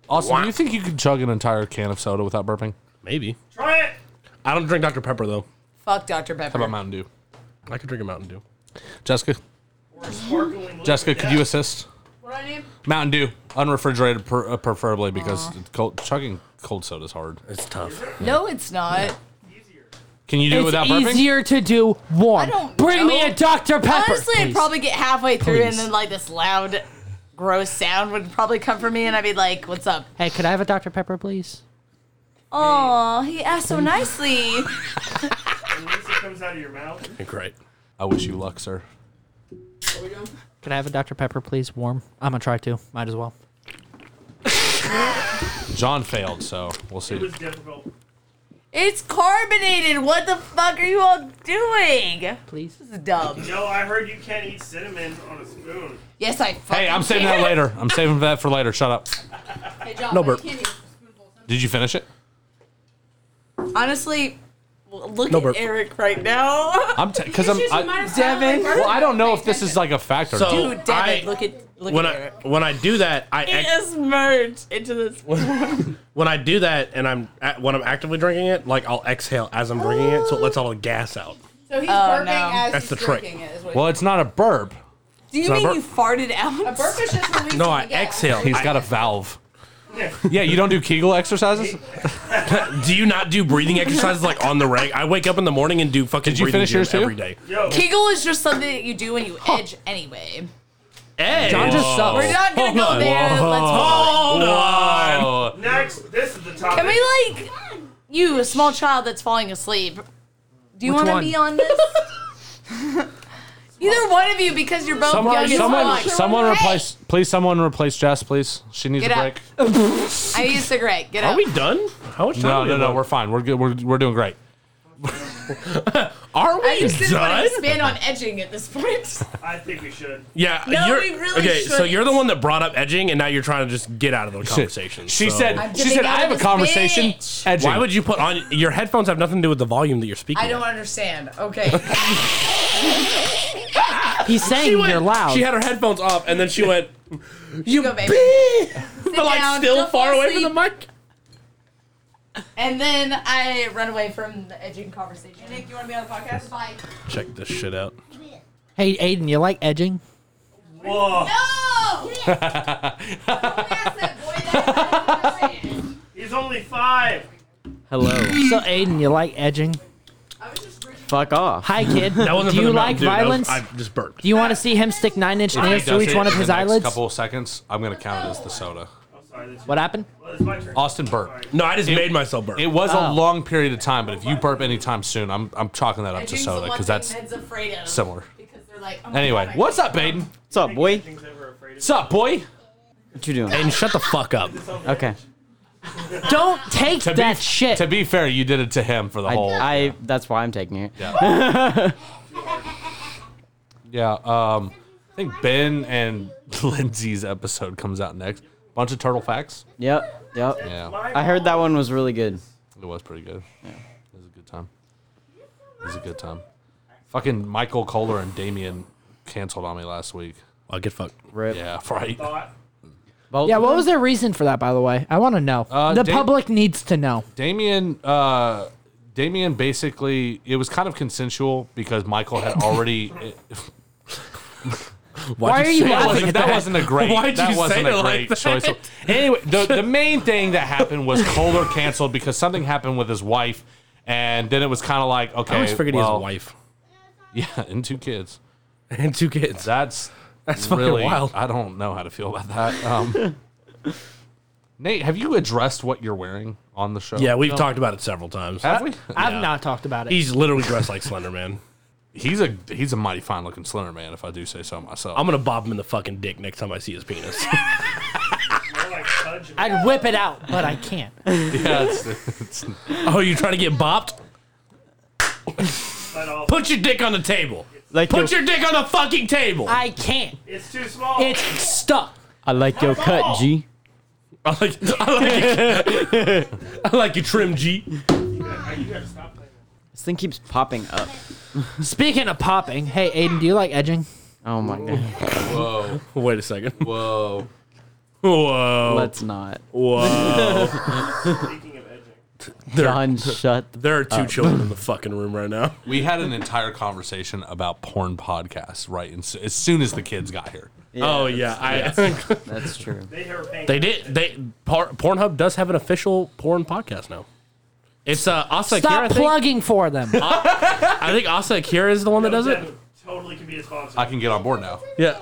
Speaker 1: Austin, do you think you could chug an entire can of soda without burping?
Speaker 8: Maybe.
Speaker 7: Try it.
Speaker 8: I don't drink Dr. Pepper though.
Speaker 2: Fuck Dr. Pepper.
Speaker 1: How about Mountain Dew?
Speaker 8: I could drink a Mountain Dew.
Speaker 1: Jessica, Jessica, could you assist?
Speaker 2: What do I need?
Speaker 1: Mountain Dew, unrefrigerated, per, uh, preferably, because cold, chugging cold soda is hard.
Speaker 8: It's tough.
Speaker 2: No, it's not.
Speaker 1: Can you do it
Speaker 9: it's
Speaker 1: without burping?
Speaker 9: easier to do warm.
Speaker 2: I don't
Speaker 9: Bring me
Speaker 2: know.
Speaker 9: a Dr. Pepper.
Speaker 2: Honestly, I'd probably get halfway through and
Speaker 9: Please.
Speaker 2: then like this loud, gross sound would probably come from me, and I'd be like, what's up?
Speaker 9: hey, could I have a Dr. Pepper, please?
Speaker 2: Oh, he asked so nicely.
Speaker 7: Unless it comes out of your mouth.
Speaker 8: Great.
Speaker 1: I wish you luck, sir.
Speaker 9: Could I have a Dr. Pepper, please? Warm. I'm gonna try to. Might as well.
Speaker 1: John failed, so we'll see. It was difficult.
Speaker 2: It's carbonated. What the fuck are you all doing?
Speaker 9: Please.
Speaker 2: This is dumb.
Speaker 7: Yo, I heard you can't eat cinnamon on a spoon.
Speaker 2: Yes, I fucking
Speaker 1: Hey, I'm saving
Speaker 2: can. (laughs)
Speaker 1: that later. I'm saving that for later. Shut up.
Speaker 2: Hey, John,
Speaker 1: No burp. Did you finish it?
Speaker 2: Honestly, w- look
Speaker 1: No
Speaker 2: at
Speaker 1: burp. Oh,
Speaker 2: Eric right now.
Speaker 1: I'm because I'm
Speaker 2: It's just you might
Speaker 1: I,
Speaker 2: have sounded like Devin.
Speaker 1: Well, I don't know if this is like a factor.
Speaker 8: So,
Speaker 2: Dude, Devin, look at look
Speaker 8: when
Speaker 2: at
Speaker 8: I
Speaker 2: Eric.
Speaker 8: when I do that, I
Speaker 2: It
Speaker 8: ex-
Speaker 2: is merged into this.
Speaker 8: when I do that and I'm at, when I'm actively drinking it, like I'll exhale as I'm drinking it, so it lets all the gas out.
Speaker 6: So he's
Speaker 2: Oh,
Speaker 6: burping
Speaker 2: no.
Speaker 6: as
Speaker 8: That's
Speaker 6: he's
Speaker 8: the trick.
Speaker 6: drinking it, is what
Speaker 1: well, it's not a burp.
Speaker 2: Do you
Speaker 1: It's not a
Speaker 2: mean
Speaker 1: burp.
Speaker 2: you farted out?
Speaker 6: A burp is just releasing
Speaker 1: No, I
Speaker 6: the gas.
Speaker 1: exhale. He's got a valve. Yeah, you don't do Kegel
Speaker 2: (laughs)
Speaker 1: exercises.
Speaker 8: do you not do breathing exercises like on the reg? I wake up in the morning and do fucking
Speaker 1: Did you
Speaker 8: breathing
Speaker 1: finish
Speaker 8: gym
Speaker 1: yours, too?
Speaker 8: every day.
Speaker 2: Kegel is just something that you do when you edge anyway.
Speaker 8: Hey,
Speaker 1: John just sucks.
Speaker 2: We're not gonna
Speaker 1: Hold
Speaker 2: go
Speaker 8: Oh,
Speaker 1: on.
Speaker 2: there. Let's move
Speaker 8: Hold
Speaker 2: on.
Speaker 1: on.
Speaker 7: Next, this is the topic.
Speaker 2: Can we like you, a small child that's falling asleep? Do you
Speaker 7: Which
Speaker 2: want to
Speaker 7: one?
Speaker 2: be on this? Either one of you, because you're both young
Speaker 1: Someone,
Speaker 2: as
Speaker 1: someone,
Speaker 2: fuck.
Speaker 1: someone replace. Please, someone replace Jess. Please, she needs
Speaker 2: Get
Speaker 1: a
Speaker 2: up.
Speaker 1: break.
Speaker 2: I need a cigarette. Get up.
Speaker 8: done? How much
Speaker 1: No,
Speaker 8: time?
Speaker 1: no, no. We're fine. We're good. We're, we're doing
Speaker 8: (laughs)
Speaker 1: great. Are
Speaker 2: I just didn't want to expand on edging at this point. (laughs)
Speaker 7: I think we should.
Speaker 8: Yeah,
Speaker 2: No,
Speaker 8: you're,
Speaker 2: we really
Speaker 8: okay. So
Speaker 2: shouldn't.
Speaker 8: you're the one that brought up edging, and now you're trying to just get out of the
Speaker 1: (laughs)
Speaker 8: conversation.
Speaker 1: She
Speaker 8: so-
Speaker 1: said. She said.
Speaker 2: getting out
Speaker 1: I have a
Speaker 2: of this
Speaker 1: conversation.
Speaker 2: bitch."
Speaker 1: Edging.
Speaker 8: Why would you put on your headphones? Have nothing to do with the volume that you're speaking.
Speaker 2: I don't understand. Okay.
Speaker 9: He's saying you're loud.
Speaker 8: She had her headphones off, and then she
Speaker 2: (laughs)
Speaker 8: went. You
Speaker 2: Go, baby.
Speaker 8: bitch.
Speaker 2: Sit
Speaker 8: But like
Speaker 2: down,
Speaker 8: still
Speaker 2: don't
Speaker 8: far
Speaker 2: fall
Speaker 8: away from the
Speaker 2: asleep.
Speaker 8: mic.
Speaker 2: And then I run away from the edging conversation. Nick, you want to be on the podcast? Bye.
Speaker 8: Check this shit out.
Speaker 9: Hey, Aiden, you like edging?
Speaker 7: Whoa.
Speaker 2: No!
Speaker 7: He's only five.
Speaker 9: Hello. So, Aiden, you like edging?
Speaker 12: Fuck off.
Speaker 1: (laughs)
Speaker 9: Hi, kid. Do you like violence?
Speaker 8: just burped.
Speaker 9: Do you want to see him stick nine inch
Speaker 1: If he
Speaker 9: nails through
Speaker 1: does
Speaker 9: each
Speaker 1: it
Speaker 9: one of
Speaker 1: in
Speaker 9: his
Speaker 1: the next
Speaker 9: eyelids?
Speaker 1: Couple of seconds. I'm gonna count it as the soda.
Speaker 7: Oh,
Speaker 9: What happened?
Speaker 1: Austin burped.
Speaker 8: No, I just made myself burp.
Speaker 1: It was a
Speaker 9: Oh.
Speaker 1: long period of time, but if you burp anytime soon, I'm I'm chalking that up to
Speaker 2: Edging's the
Speaker 1: soda
Speaker 2: one
Speaker 1: because
Speaker 2: thing
Speaker 1: that's
Speaker 2: Ned's afraid of.
Speaker 1: similar.
Speaker 2: Because they're like, oh my
Speaker 1: Anyway,
Speaker 2: God,
Speaker 1: what's up, Baden?
Speaker 12: What's up, boy?
Speaker 1: What's up, boy?
Speaker 12: What you doing?
Speaker 8: And shut the fuck up.
Speaker 12: Okay.
Speaker 9: Don't take
Speaker 1: To
Speaker 9: that
Speaker 1: be,
Speaker 9: shit.
Speaker 1: To be fair, you did it to him for the
Speaker 12: I,
Speaker 1: whole.
Speaker 12: I that's why I'm taking it.
Speaker 1: Yeah. Um, I think Ben and (laughs) Lindsay's episode comes out next. Bunch of turtle facts.
Speaker 12: Yep. Yep.
Speaker 1: Yeah.
Speaker 12: I heard that one was really good.
Speaker 1: It was pretty good. Yeah. It was a good time. It was a good time. Fucking Michael Kohler and Damien canceled on me last week.
Speaker 8: I'll get fucked.
Speaker 12: Rip.
Speaker 1: Yeah, (laughs) right.
Speaker 9: Yeah, what was their reason for that, by the way? I want to know.
Speaker 1: Uh,
Speaker 9: the
Speaker 1: Dave-
Speaker 9: public needs to know.
Speaker 1: Damien, uh, Damien basically, it was kind of consensual because Michael had already. it-
Speaker 9: (laughs) Why are you
Speaker 1: that
Speaker 9: laughing
Speaker 1: wasn't,
Speaker 9: at
Speaker 1: that
Speaker 9: that?
Speaker 1: wasn't a great.
Speaker 9: Why'd
Speaker 1: that
Speaker 9: you say
Speaker 1: wasn't
Speaker 9: it
Speaker 1: a
Speaker 9: like
Speaker 1: great
Speaker 9: that?
Speaker 1: choice. (laughs) Anyway, the the main thing that happened was Kohler canceled because something happened with his wife, and then it was kind of like okay,
Speaker 8: I always forget he has a
Speaker 1: well,
Speaker 8: wife.
Speaker 1: (laughs) Yeah, and two kids.
Speaker 8: And two kids.
Speaker 1: That's
Speaker 8: That's fucking
Speaker 1: really
Speaker 8: wild.
Speaker 1: I don't know how to feel about that. Um, Nate, have you addressed what you're wearing on the show?
Speaker 8: Yeah, we've talked about it several times.
Speaker 1: Have we?
Speaker 9: I've not talked about it.
Speaker 8: He's literally dressed like Slender Man.
Speaker 1: He's a he's a mighty fine looking Slender Man, if I do say so myself.
Speaker 8: I'm gonna bob him in the fucking dick next time I see
Speaker 1: (laughs)
Speaker 8: his penis.
Speaker 9: I'd whip it out, but I
Speaker 1: (laughs)
Speaker 9: can't.
Speaker 1: yeah, it's, it's,
Speaker 8: oh, you trying to get bopped? Put your dick on the table.
Speaker 12: Like
Speaker 8: Put
Speaker 12: your,
Speaker 8: your dick on the fucking table.
Speaker 9: I can't.
Speaker 7: It's too small.
Speaker 9: It's stuck.
Speaker 12: I like your cut, G.
Speaker 8: I like, I like, you- (laughs) I like you trim G.
Speaker 12: This thing keeps popping up.
Speaker 9: Speaking of popping, hey Aiden, do you like edging?
Speaker 12: Oh my god.
Speaker 1: whoa,
Speaker 8: Wait a second.
Speaker 1: whoa.
Speaker 8: Whoa.
Speaker 12: Let's not.
Speaker 8: Whoa.
Speaker 7: Speaking of edging.
Speaker 8: there,
Speaker 12: John, shut. the-
Speaker 8: there are
Speaker 9: Uh,
Speaker 8: two children in the fucking room right
Speaker 9: (laughs)
Speaker 8: now.
Speaker 1: We had an entire conversation about porn podcasts, right? And so, as soon as the kids got here,
Speaker 8: oh yeah, I.
Speaker 12: That's true.
Speaker 7: They hear a
Speaker 8: (laughs) They did. They Por- Pornhub does have an official porn podcast now. It's uh, Asa Akira. I
Speaker 9: Stop
Speaker 8: think.
Speaker 9: plugging
Speaker 1: (laughs)
Speaker 9: for them.
Speaker 8: I think Asa Akira is the one that does it.
Speaker 7: Totally can be a sponsor.
Speaker 1: I can get on board now.
Speaker 8: Yeah,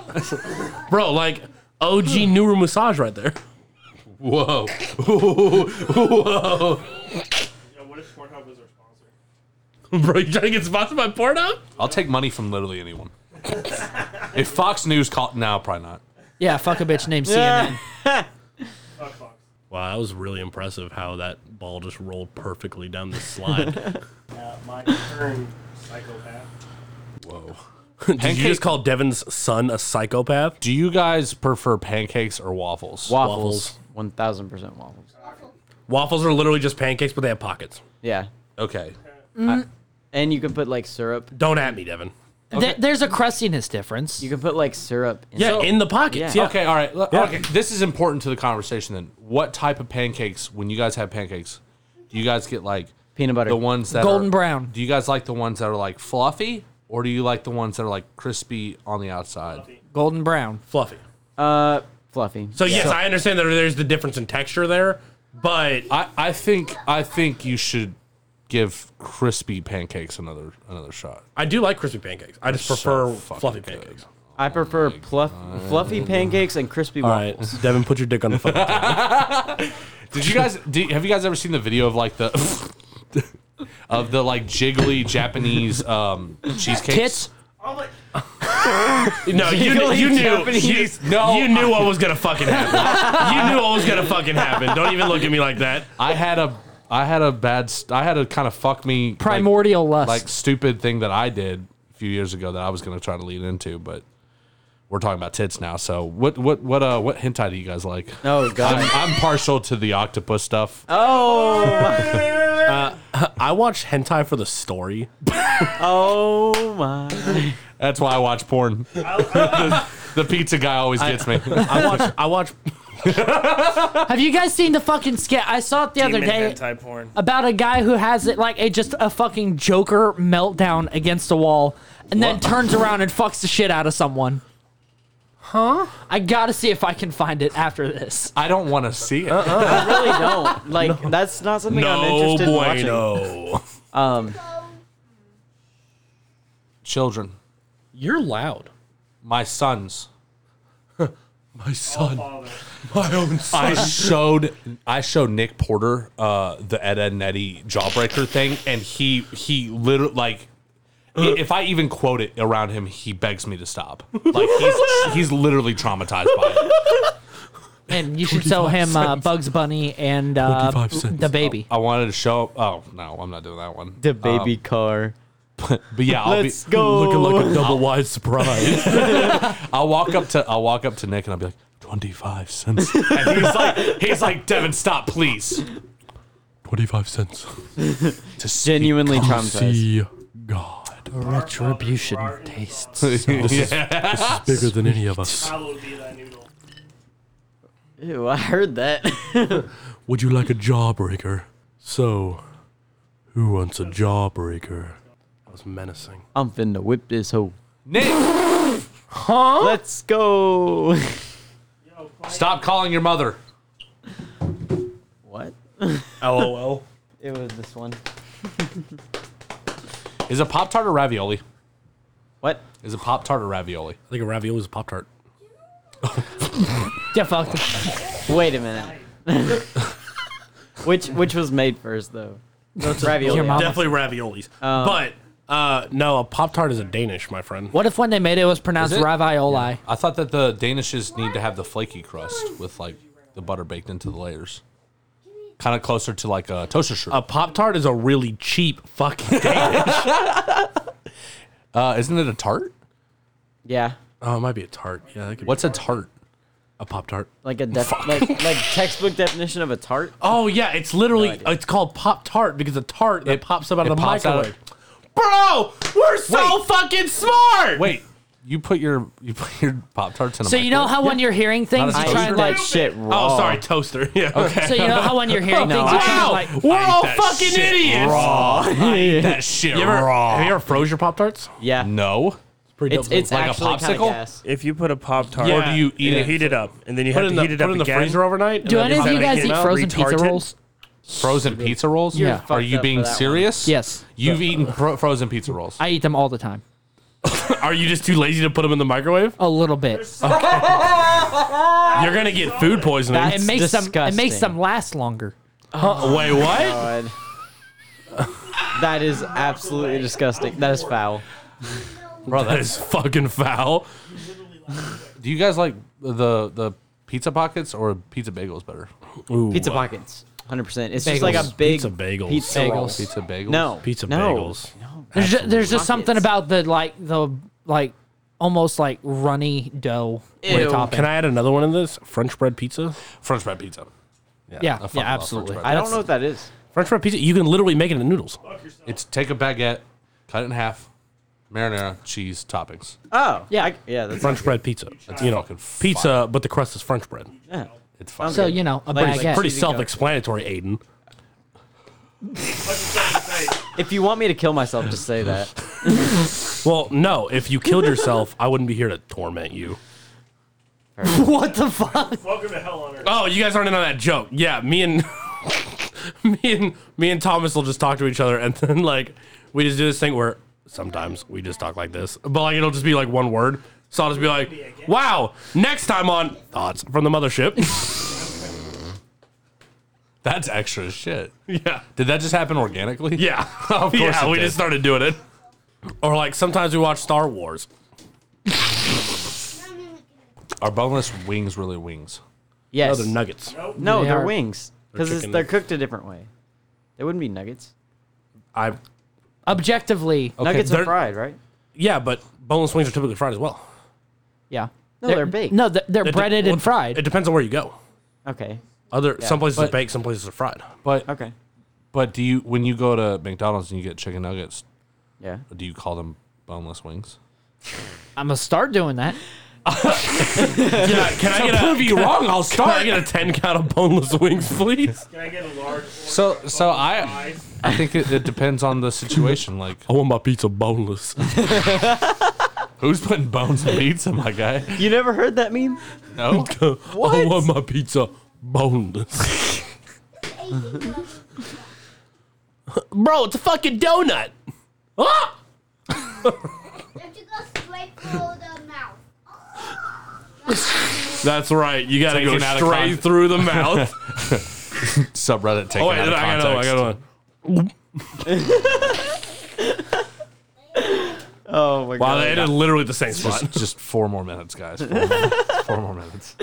Speaker 8: bro, like OG Nuru Massage right there. (laughs)
Speaker 1: Whoa, whoa.
Speaker 7: Yo, what if Pornhub was our sponsor?
Speaker 8: bro, you trying to get sponsored by Pornhub?
Speaker 1: I'll take money from literally anyone. If Fox News called, no, probably not.
Speaker 9: Yeah, fuck a bitch named CNN.
Speaker 8: Wow, that was really impressive how that ball just rolled perfectly down the (laughs) slide.
Speaker 7: Uh, my turn, psychopath.
Speaker 1: Whoa.
Speaker 8: Did
Speaker 1: Pancake-
Speaker 8: you just call Devin's son a psychopath?
Speaker 1: Do you guys prefer pancakes or waffles?
Speaker 8: Waffles.
Speaker 12: One thousand percent waffles.
Speaker 8: Waffles are literally just pancakes, but they have pockets.
Speaker 12: Yeah.
Speaker 1: Okay.
Speaker 9: Mm.
Speaker 12: and you can put like syrup.
Speaker 8: Don't at me, Devin.
Speaker 9: There- there's a crustiness difference. You
Speaker 12: can put like syrup.
Speaker 8: Yeah, in the pockets. Yeah.
Speaker 1: Okay, all right. L-
Speaker 8: Yeah.
Speaker 1: Okay, this is important to the conversation then. What type of pancakes, when you guys have pancakes, do you guys get like
Speaker 12: peanut butter?
Speaker 1: The ones that
Speaker 9: Golden
Speaker 1: are-
Speaker 9: brown.
Speaker 1: Do you guys like the ones that are like fluffy or do you like the ones that are like crispy on the outside?
Speaker 9: Golden brown.
Speaker 8: Fluffy.
Speaker 12: Uh, fluffy.
Speaker 8: So yes, I understand that there's the difference in texture there, but
Speaker 1: I, I think I think you should give crispy pancakes another another shot.
Speaker 8: I do like crispy pancakes. I just
Speaker 1: They're
Speaker 8: prefer
Speaker 1: so fucking
Speaker 8: fluffy pancakes.
Speaker 12: I prefer pluff,
Speaker 8: (laughs)
Speaker 12: fluffy pancakes and crispy
Speaker 8: Oh All
Speaker 12: waffles.
Speaker 8: right, Devin, put your dick on the fucking
Speaker 1: Did you guys do, have you guys ever seen the video of like the (laughs) of the like jiggly Japanese um cheesecakes?
Speaker 8: (laughs) No, you, kn- you knew. You,
Speaker 1: no,
Speaker 8: you knew what was gonna fucking happen. you knew what was gonna fucking happen. Don't even look at me like that.
Speaker 1: I had a I had a bad st- I had a kind of fuck me like-
Speaker 9: Primordial lust.
Speaker 1: like stupid thing that I did a few years ago that I was going to try to lead into, but we're talking about tits now. So what what what uh what hentai do you guys like?
Speaker 12: Oh god,
Speaker 1: I'm, I'm partial to the octopus stuff.
Speaker 12: Oh.
Speaker 8: Uh, I watched hentai for the story.
Speaker 12: oh my!
Speaker 1: That's why I watch porn. the, the pizza guy always gets me.
Speaker 8: I watch I watch
Speaker 9: Have you guys seen the fucking skit? I saw it the other
Speaker 7: Demon
Speaker 9: day
Speaker 7: hentai porn.
Speaker 9: about a guy who has it like a just a fucking Joker meltdown against a wall, and then turns around and fucks the shit out of someone. Huh? I gotta see if I can find it after this.
Speaker 1: (laughs) I don't want to see it.
Speaker 8: Uh-uh.
Speaker 12: I really (laughs) don't. Like that's not something I'm interested in watching.
Speaker 8: bueno.
Speaker 12: Um,
Speaker 1: Children,
Speaker 8: you're loud.
Speaker 1: My sons.
Speaker 8: (laughs) My son. My own
Speaker 1: I
Speaker 8: son.
Speaker 1: showed I showed Nick Porter uh, the Ed Ed Netty Jawbreaker thing, and he he literally like i- if I even quote it around him, he begs me to stop. Like he's he's literally traumatized by it.
Speaker 9: And you should sell him uh,
Speaker 1: 25
Speaker 9: Bugs Bunny and uh,
Speaker 1: 25 cents.
Speaker 9: the baby.
Speaker 1: I wanted to show. Oh no, I'm not doing that one.
Speaker 12: The baby
Speaker 1: Um,
Speaker 12: car.
Speaker 1: But, but yeah, I'll
Speaker 12: Let's
Speaker 1: be
Speaker 12: go. Looking
Speaker 1: (laughs)
Speaker 12: like a
Speaker 8: double wide surprise.
Speaker 1: I'll walk up to I'll walk up to Nick and I'll be like twenty five cents, (laughs) and he's like he's like Devin, stop, please.
Speaker 8: Twenty five cents.
Speaker 1: to
Speaker 12: genuinely traumatized.
Speaker 8: God.
Speaker 9: Retribution
Speaker 8: (laughs)
Speaker 9: tastes.
Speaker 8: This is bigger than any of us.
Speaker 12: Ew, I heard that.
Speaker 8: Would you like a jawbreaker? So, who wants a jawbreaker? That was menacing.
Speaker 12: (laughs) I'm finna whip this hoe.
Speaker 1: Nick,
Speaker 12: Huh? Let's go.
Speaker 1: stop calling your mother.
Speaker 12: What?
Speaker 7: LOL.
Speaker 12: It was this one.
Speaker 1: Is a pop tart or ravioli?
Speaker 12: What
Speaker 1: is a pop tart or ravioli?
Speaker 8: I think a ravioli is a pop tart.
Speaker 9: Yeah, fuck.
Speaker 12: Wait a minute. which which was made first though? Ravioli.
Speaker 8: Uh, Definitely raviolis.
Speaker 12: Um,
Speaker 8: but uh, no, a pop tart is a Danish, my friend.
Speaker 9: What if when they made it, it was pronounced
Speaker 1: Is it?
Speaker 9: ravioli?
Speaker 1: I thought that the Danishes need to have the flaky crust with like the butter baked into the layers, kind of closer to like a toaster shirt.
Speaker 8: A pop tart is a really cheap fucking (laughs) Danish.
Speaker 1: Uh, isn't it a tart?
Speaker 12: Yeah,
Speaker 8: oh, it might be a tart. Yeah, that could
Speaker 1: What's a tart?
Speaker 8: A pop tart.
Speaker 12: like a def- like like textbook definition of a tart.
Speaker 8: Oh yeah, it's literally it's called pop tart because a tart that pops up out
Speaker 1: it
Speaker 8: of the
Speaker 1: pops out
Speaker 8: microwave.
Speaker 1: of-
Speaker 8: Bro, we're so fucking smart.
Speaker 1: Wait, you put your you put your pop tarts in. A
Speaker 9: So you know how when you're hearing things,
Speaker 1: Not a
Speaker 9: you try
Speaker 1: toaster?
Speaker 9: and like.
Speaker 12: That shit raw.
Speaker 8: Oh, sorry, toaster. (laughs) Yeah.
Speaker 9: So you know how when you're hearing
Speaker 12: No,
Speaker 9: things, you try and
Speaker 8: Wow,
Speaker 9: like.
Speaker 8: we're all
Speaker 1: that
Speaker 8: fucking
Speaker 1: shit
Speaker 8: idiots.
Speaker 1: raw. that shit
Speaker 8: You ever,
Speaker 1: raw.
Speaker 8: Have you ever froze your pop tarts?
Speaker 12: Yeah,
Speaker 1: no.
Speaker 12: it's it's
Speaker 1: Like a
Speaker 12: actually kind
Speaker 1: popsicle?
Speaker 12: of gas.
Speaker 7: If you put a pop tart,
Speaker 8: Yeah. Or do you
Speaker 1: eat it?
Speaker 7: Heat it up, and then you
Speaker 8: Put
Speaker 7: have
Speaker 8: it in
Speaker 7: to
Speaker 8: the,
Speaker 7: heat it
Speaker 8: put
Speaker 7: up
Speaker 8: it in the
Speaker 7: again.
Speaker 8: freezer overnight.
Speaker 9: Do any of
Speaker 7: Is
Speaker 9: you
Speaker 7: that
Speaker 9: guys
Speaker 7: making
Speaker 9: eat
Speaker 7: it
Speaker 9: frozen pizza
Speaker 7: retarded?
Speaker 9: rolls?
Speaker 1: Frozen pizza rolls?
Speaker 9: You're Yeah.
Speaker 1: Are
Speaker 12: fucked
Speaker 1: you
Speaker 12: up
Speaker 1: being
Speaker 12: for that one.
Speaker 1: serious?
Speaker 9: Yes,
Speaker 1: You've eaten fro- frozen pizza rolls.
Speaker 9: I eat them all the time.
Speaker 8: Are you just too lazy to put them in the microwave?
Speaker 9: A little bit.
Speaker 8: You're gonna get food poisoning.
Speaker 12: That's-
Speaker 9: it makes them. It makes
Speaker 12: disgusting.
Speaker 9: them last longer.
Speaker 8: Huh? Wait, what?
Speaker 12: God. that is absolutely disgusting. That is foul.
Speaker 1: Bro,
Speaker 8: that is fucking foul.
Speaker 1: Do you guys like the the pizza pockets or pizza bagels better?
Speaker 12: Pizza pockets. 100%. It's just like a big
Speaker 1: pizza bagels.
Speaker 12: Pizza roll.
Speaker 1: Pizza bagels.
Speaker 12: No.
Speaker 1: Pizza
Speaker 12: no.
Speaker 1: bagels.
Speaker 12: No.
Speaker 9: There's just, there's
Speaker 12: Absolutely.
Speaker 9: just something about the like the like almost like runny dough. with topping.
Speaker 8: Can I add another one of this? French bread pizza?
Speaker 1: French bread pizza.
Speaker 9: Yeah,
Speaker 1: I fucking
Speaker 9: yeah,
Speaker 1: love French
Speaker 9: absolutely.
Speaker 1: bread
Speaker 9: I don't
Speaker 1: pizza.
Speaker 9: know what
Speaker 12: that is.
Speaker 8: French bread pizza, you can literally make it into noodles.
Speaker 1: It's take a baguette, cut it in half, marinara, cheese, toppings.
Speaker 12: Oh. Yeah. I, yeah. That's
Speaker 8: French bread pizza.
Speaker 1: That's
Speaker 8: you know,
Speaker 1: fucking
Speaker 8: pizza,
Speaker 1: fire.
Speaker 8: but the crust is French bread.
Speaker 12: Yeah.
Speaker 1: It's
Speaker 12: fine.
Speaker 9: So, you know, a
Speaker 8: Pretty-
Speaker 9: baguette.
Speaker 8: Pretty
Speaker 9: Cheesy
Speaker 8: self-explanatory, Aiden.
Speaker 12: If you want me to kill myself, just
Speaker 1: (laughs)
Speaker 12: say that.
Speaker 8: well, no. If you killed yourself, I wouldn't be here to torment you.
Speaker 9: (laughs) what the fuck?
Speaker 7: Welcome to hell on earth.
Speaker 8: Oh, you guys aren't in on that joke. Yeah, me and (laughs) me and me and Thomas will just talk to each other, and then like we just do this thing where sometimes we just talk like this, but like it'll just be like one word. So I'll just be like, "Wow, next time on thoughts from the mothership." (laughs)
Speaker 1: That's extra as shit.
Speaker 8: Yeah.
Speaker 1: Did that just happen organically?
Speaker 8: Yeah.
Speaker 1: (laughs) of course.
Speaker 8: yeah,
Speaker 1: it
Speaker 8: we
Speaker 1: did.
Speaker 8: just started doing it. Or like sometimes we watch Star Wars.
Speaker 1: Are boneless wings really wings?
Speaker 12: Yes.
Speaker 8: No, they're nuggets. Nope.
Speaker 12: No,
Speaker 8: They
Speaker 12: they are
Speaker 8: are-
Speaker 12: wings
Speaker 8: They're
Speaker 12: because
Speaker 8: chicken.
Speaker 12: they're cooked a different way. They wouldn't be nuggets.
Speaker 8: I
Speaker 9: Objectively,
Speaker 12: nuggets are
Speaker 8: they're-
Speaker 12: fried, right?
Speaker 8: Yeah, but boneless wings are typically fried as well.
Speaker 9: Yeah.
Speaker 12: No, they're baked.
Speaker 9: No, they're, they're
Speaker 8: It de-
Speaker 9: breaded
Speaker 8: well,
Speaker 9: and fried.
Speaker 8: It depends on where you go.
Speaker 12: Okay.
Speaker 8: Other
Speaker 12: Yeah.
Speaker 8: some places are
Speaker 1: But-
Speaker 8: baked, some places are fried.
Speaker 1: But
Speaker 12: okay.
Speaker 1: But do you when you go to McDonald's and you get chicken nuggets?
Speaker 12: Yeah.
Speaker 1: Do you call them boneless wings?
Speaker 9: I'm gonna start doing that.
Speaker 8: Can I, can I
Speaker 1: To
Speaker 8: get
Speaker 1: prove
Speaker 8: a,
Speaker 1: you
Speaker 8: can I-
Speaker 1: wrong, I'll
Speaker 8: Can I
Speaker 1: start.
Speaker 8: get a ten count of boneless wings,
Speaker 7: (laughs)
Speaker 8: please?
Speaker 7: Can I get a large?
Speaker 1: So so I I think it, it depends on the situation. Like
Speaker 8: I want my pizza (laughs) boneless.
Speaker 1: who's putting bones in pizza, my guy?
Speaker 12: You never heard that meme?
Speaker 1: No.
Speaker 8: (laughs) I want my pizza boneless. Bro, it's a fucking donut. Ah! That's right. You gotta
Speaker 1: Taken
Speaker 8: go
Speaker 1: out of
Speaker 8: straight
Speaker 1: context.
Speaker 8: through the mouth.
Speaker 1: Subreddit taken
Speaker 8: oh wait,
Speaker 1: out of
Speaker 8: I got one. I
Speaker 1: context.
Speaker 8: got one.
Speaker 12: Oh my
Speaker 8: Wow,
Speaker 12: god.
Speaker 8: they did literally the same
Speaker 1: It's
Speaker 8: spot.
Speaker 1: Just, just four more minutes, guys. Four more, four more minutes.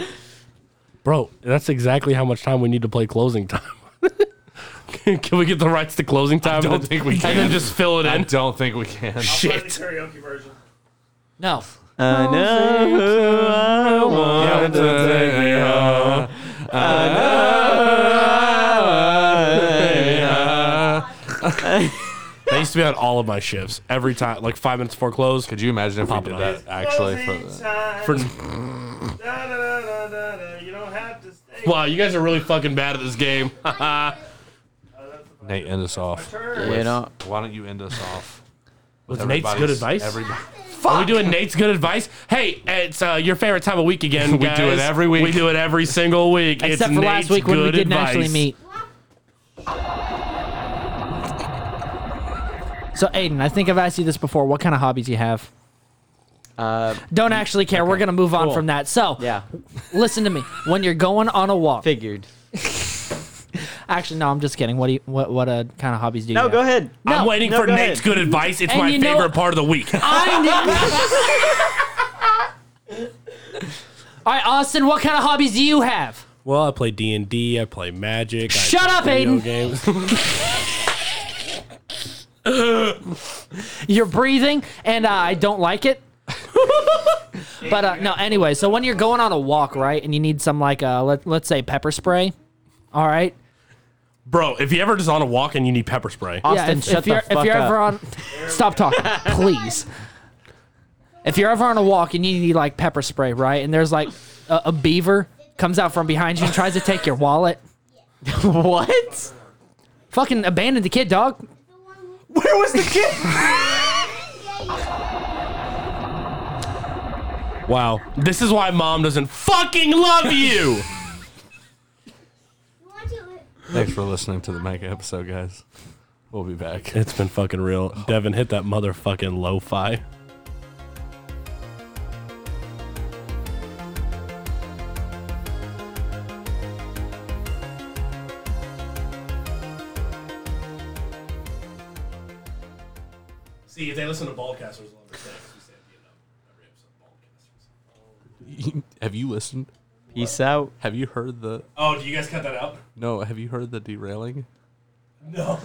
Speaker 8: Bro, that's exactly how much time we need to play closing time. (laughs) can can we get the rights to closing time?
Speaker 1: don't
Speaker 8: and-
Speaker 1: think we can.
Speaker 8: (laughs) And then just fill it
Speaker 1: I
Speaker 8: in.
Speaker 1: don't think we can.
Speaker 8: Shit.
Speaker 7: Karaoke version.
Speaker 9: No.
Speaker 12: I know I want to take me home. I know I
Speaker 8: That used to be on all of my shifts. Every time, like five minutes before close.
Speaker 1: Could you imagine if we
Speaker 8: Pop it
Speaker 1: did
Speaker 8: up.
Speaker 1: that actually for the
Speaker 7: Closing time.
Speaker 8: For,
Speaker 7: Da, da, da, da, da, da. You don't have to stay.
Speaker 8: (laughs) wow, you guys are really fucking bad at this game.
Speaker 1: Nate, end us off.
Speaker 12: want to. You know.
Speaker 1: Why don't you end us off
Speaker 8: (laughs) With Nate's good
Speaker 1: everybody's-
Speaker 8: advice?
Speaker 1: Everybody,
Speaker 8: Are we doing Nate's good advice? Hey, it's uh, your favorite time of week again.
Speaker 1: We do
Speaker 8: guys.
Speaker 1: it every week.
Speaker 8: (laughs) We do it every single week. It's
Speaker 9: Except for
Speaker 8: Nate's
Speaker 9: last week when we
Speaker 8: good
Speaker 9: didn't
Speaker 8: advice.
Speaker 9: actually meet. So Aiden, I think I've asked you this before. What kind of hobbies you have?
Speaker 12: Uh,
Speaker 9: Don't actually care. We're gonna move on
Speaker 12: Cool.
Speaker 9: from that. So
Speaker 12: yeah.
Speaker 9: listen to me. When you're going on a walk,
Speaker 12: Figured.
Speaker 9: actually, no, I'm just kidding. What do you? What what uh, kind of hobbies do you?
Speaker 12: No,
Speaker 9: have?
Speaker 12: go ahead.
Speaker 8: I'm
Speaker 9: No,
Speaker 8: waiting
Speaker 12: no,
Speaker 8: for
Speaker 12: go
Speaker 8: Nate's
Speaker 12: ahead.
Speaker 8: good advice. It's
Speaker 9: And
Speaker 8: my
Speaker 9: you know-
Speaker 8: favorite part of the week.
Speaker 9: I (laughs) All right, Austin. What kind of hobbies do you have?
Speaker 8: Well, I play D and D. I play Magic. I
Speaker 9: Shut
Speaker 8: play video
Speaker 9: up, Aiden. (laughs)
Speaker 8: Games.
Speaker 9: You're breathing, and uh, I don't like it. (laughs) but uh, no, anyway. So when you're going on a walk, right, and you need some like uh, let let's say pepper spray. All right.
Speaker 8: Bro, if you ever just on a walk and you need pepper spray,
Speaker 12: Austin,
Speaker 9: if,
Speaker 12: shut
Speaker 9: if you're,
Speaker 12: the fuck
Speaker 9: if you're
Speaker 12: up.
Speaker 9: ever on, stop talking, please. If you're ever on a walk and you need like pepper spray, right, and there's like a, a beaver comes out from behind you and tries to take your wallet,
Speaker 12: (laughs) what?
Speaker 9: fucking abandon the kid, dog.
Speaker 12: Where was the kid?
Speaker 8: wow, this is why mom doesn't fucking love you.
Speaker 1: thanks for listening to the mega episode, guys. We'll be back. (laughs)
Speaker 8: (laughs) it's been fucking real. Devin, hit that motherfucking lo-fi.
Speaker 7: See, if they listen to Ballcasters, love their sex.
Speaker 1: Have you listened? Peace out. Have you heard the?
Speaker 7: Oh, do you guys cut that out? (laughs)
Speaker 1: No. Have you heard the derailing?
Speaker 7: No.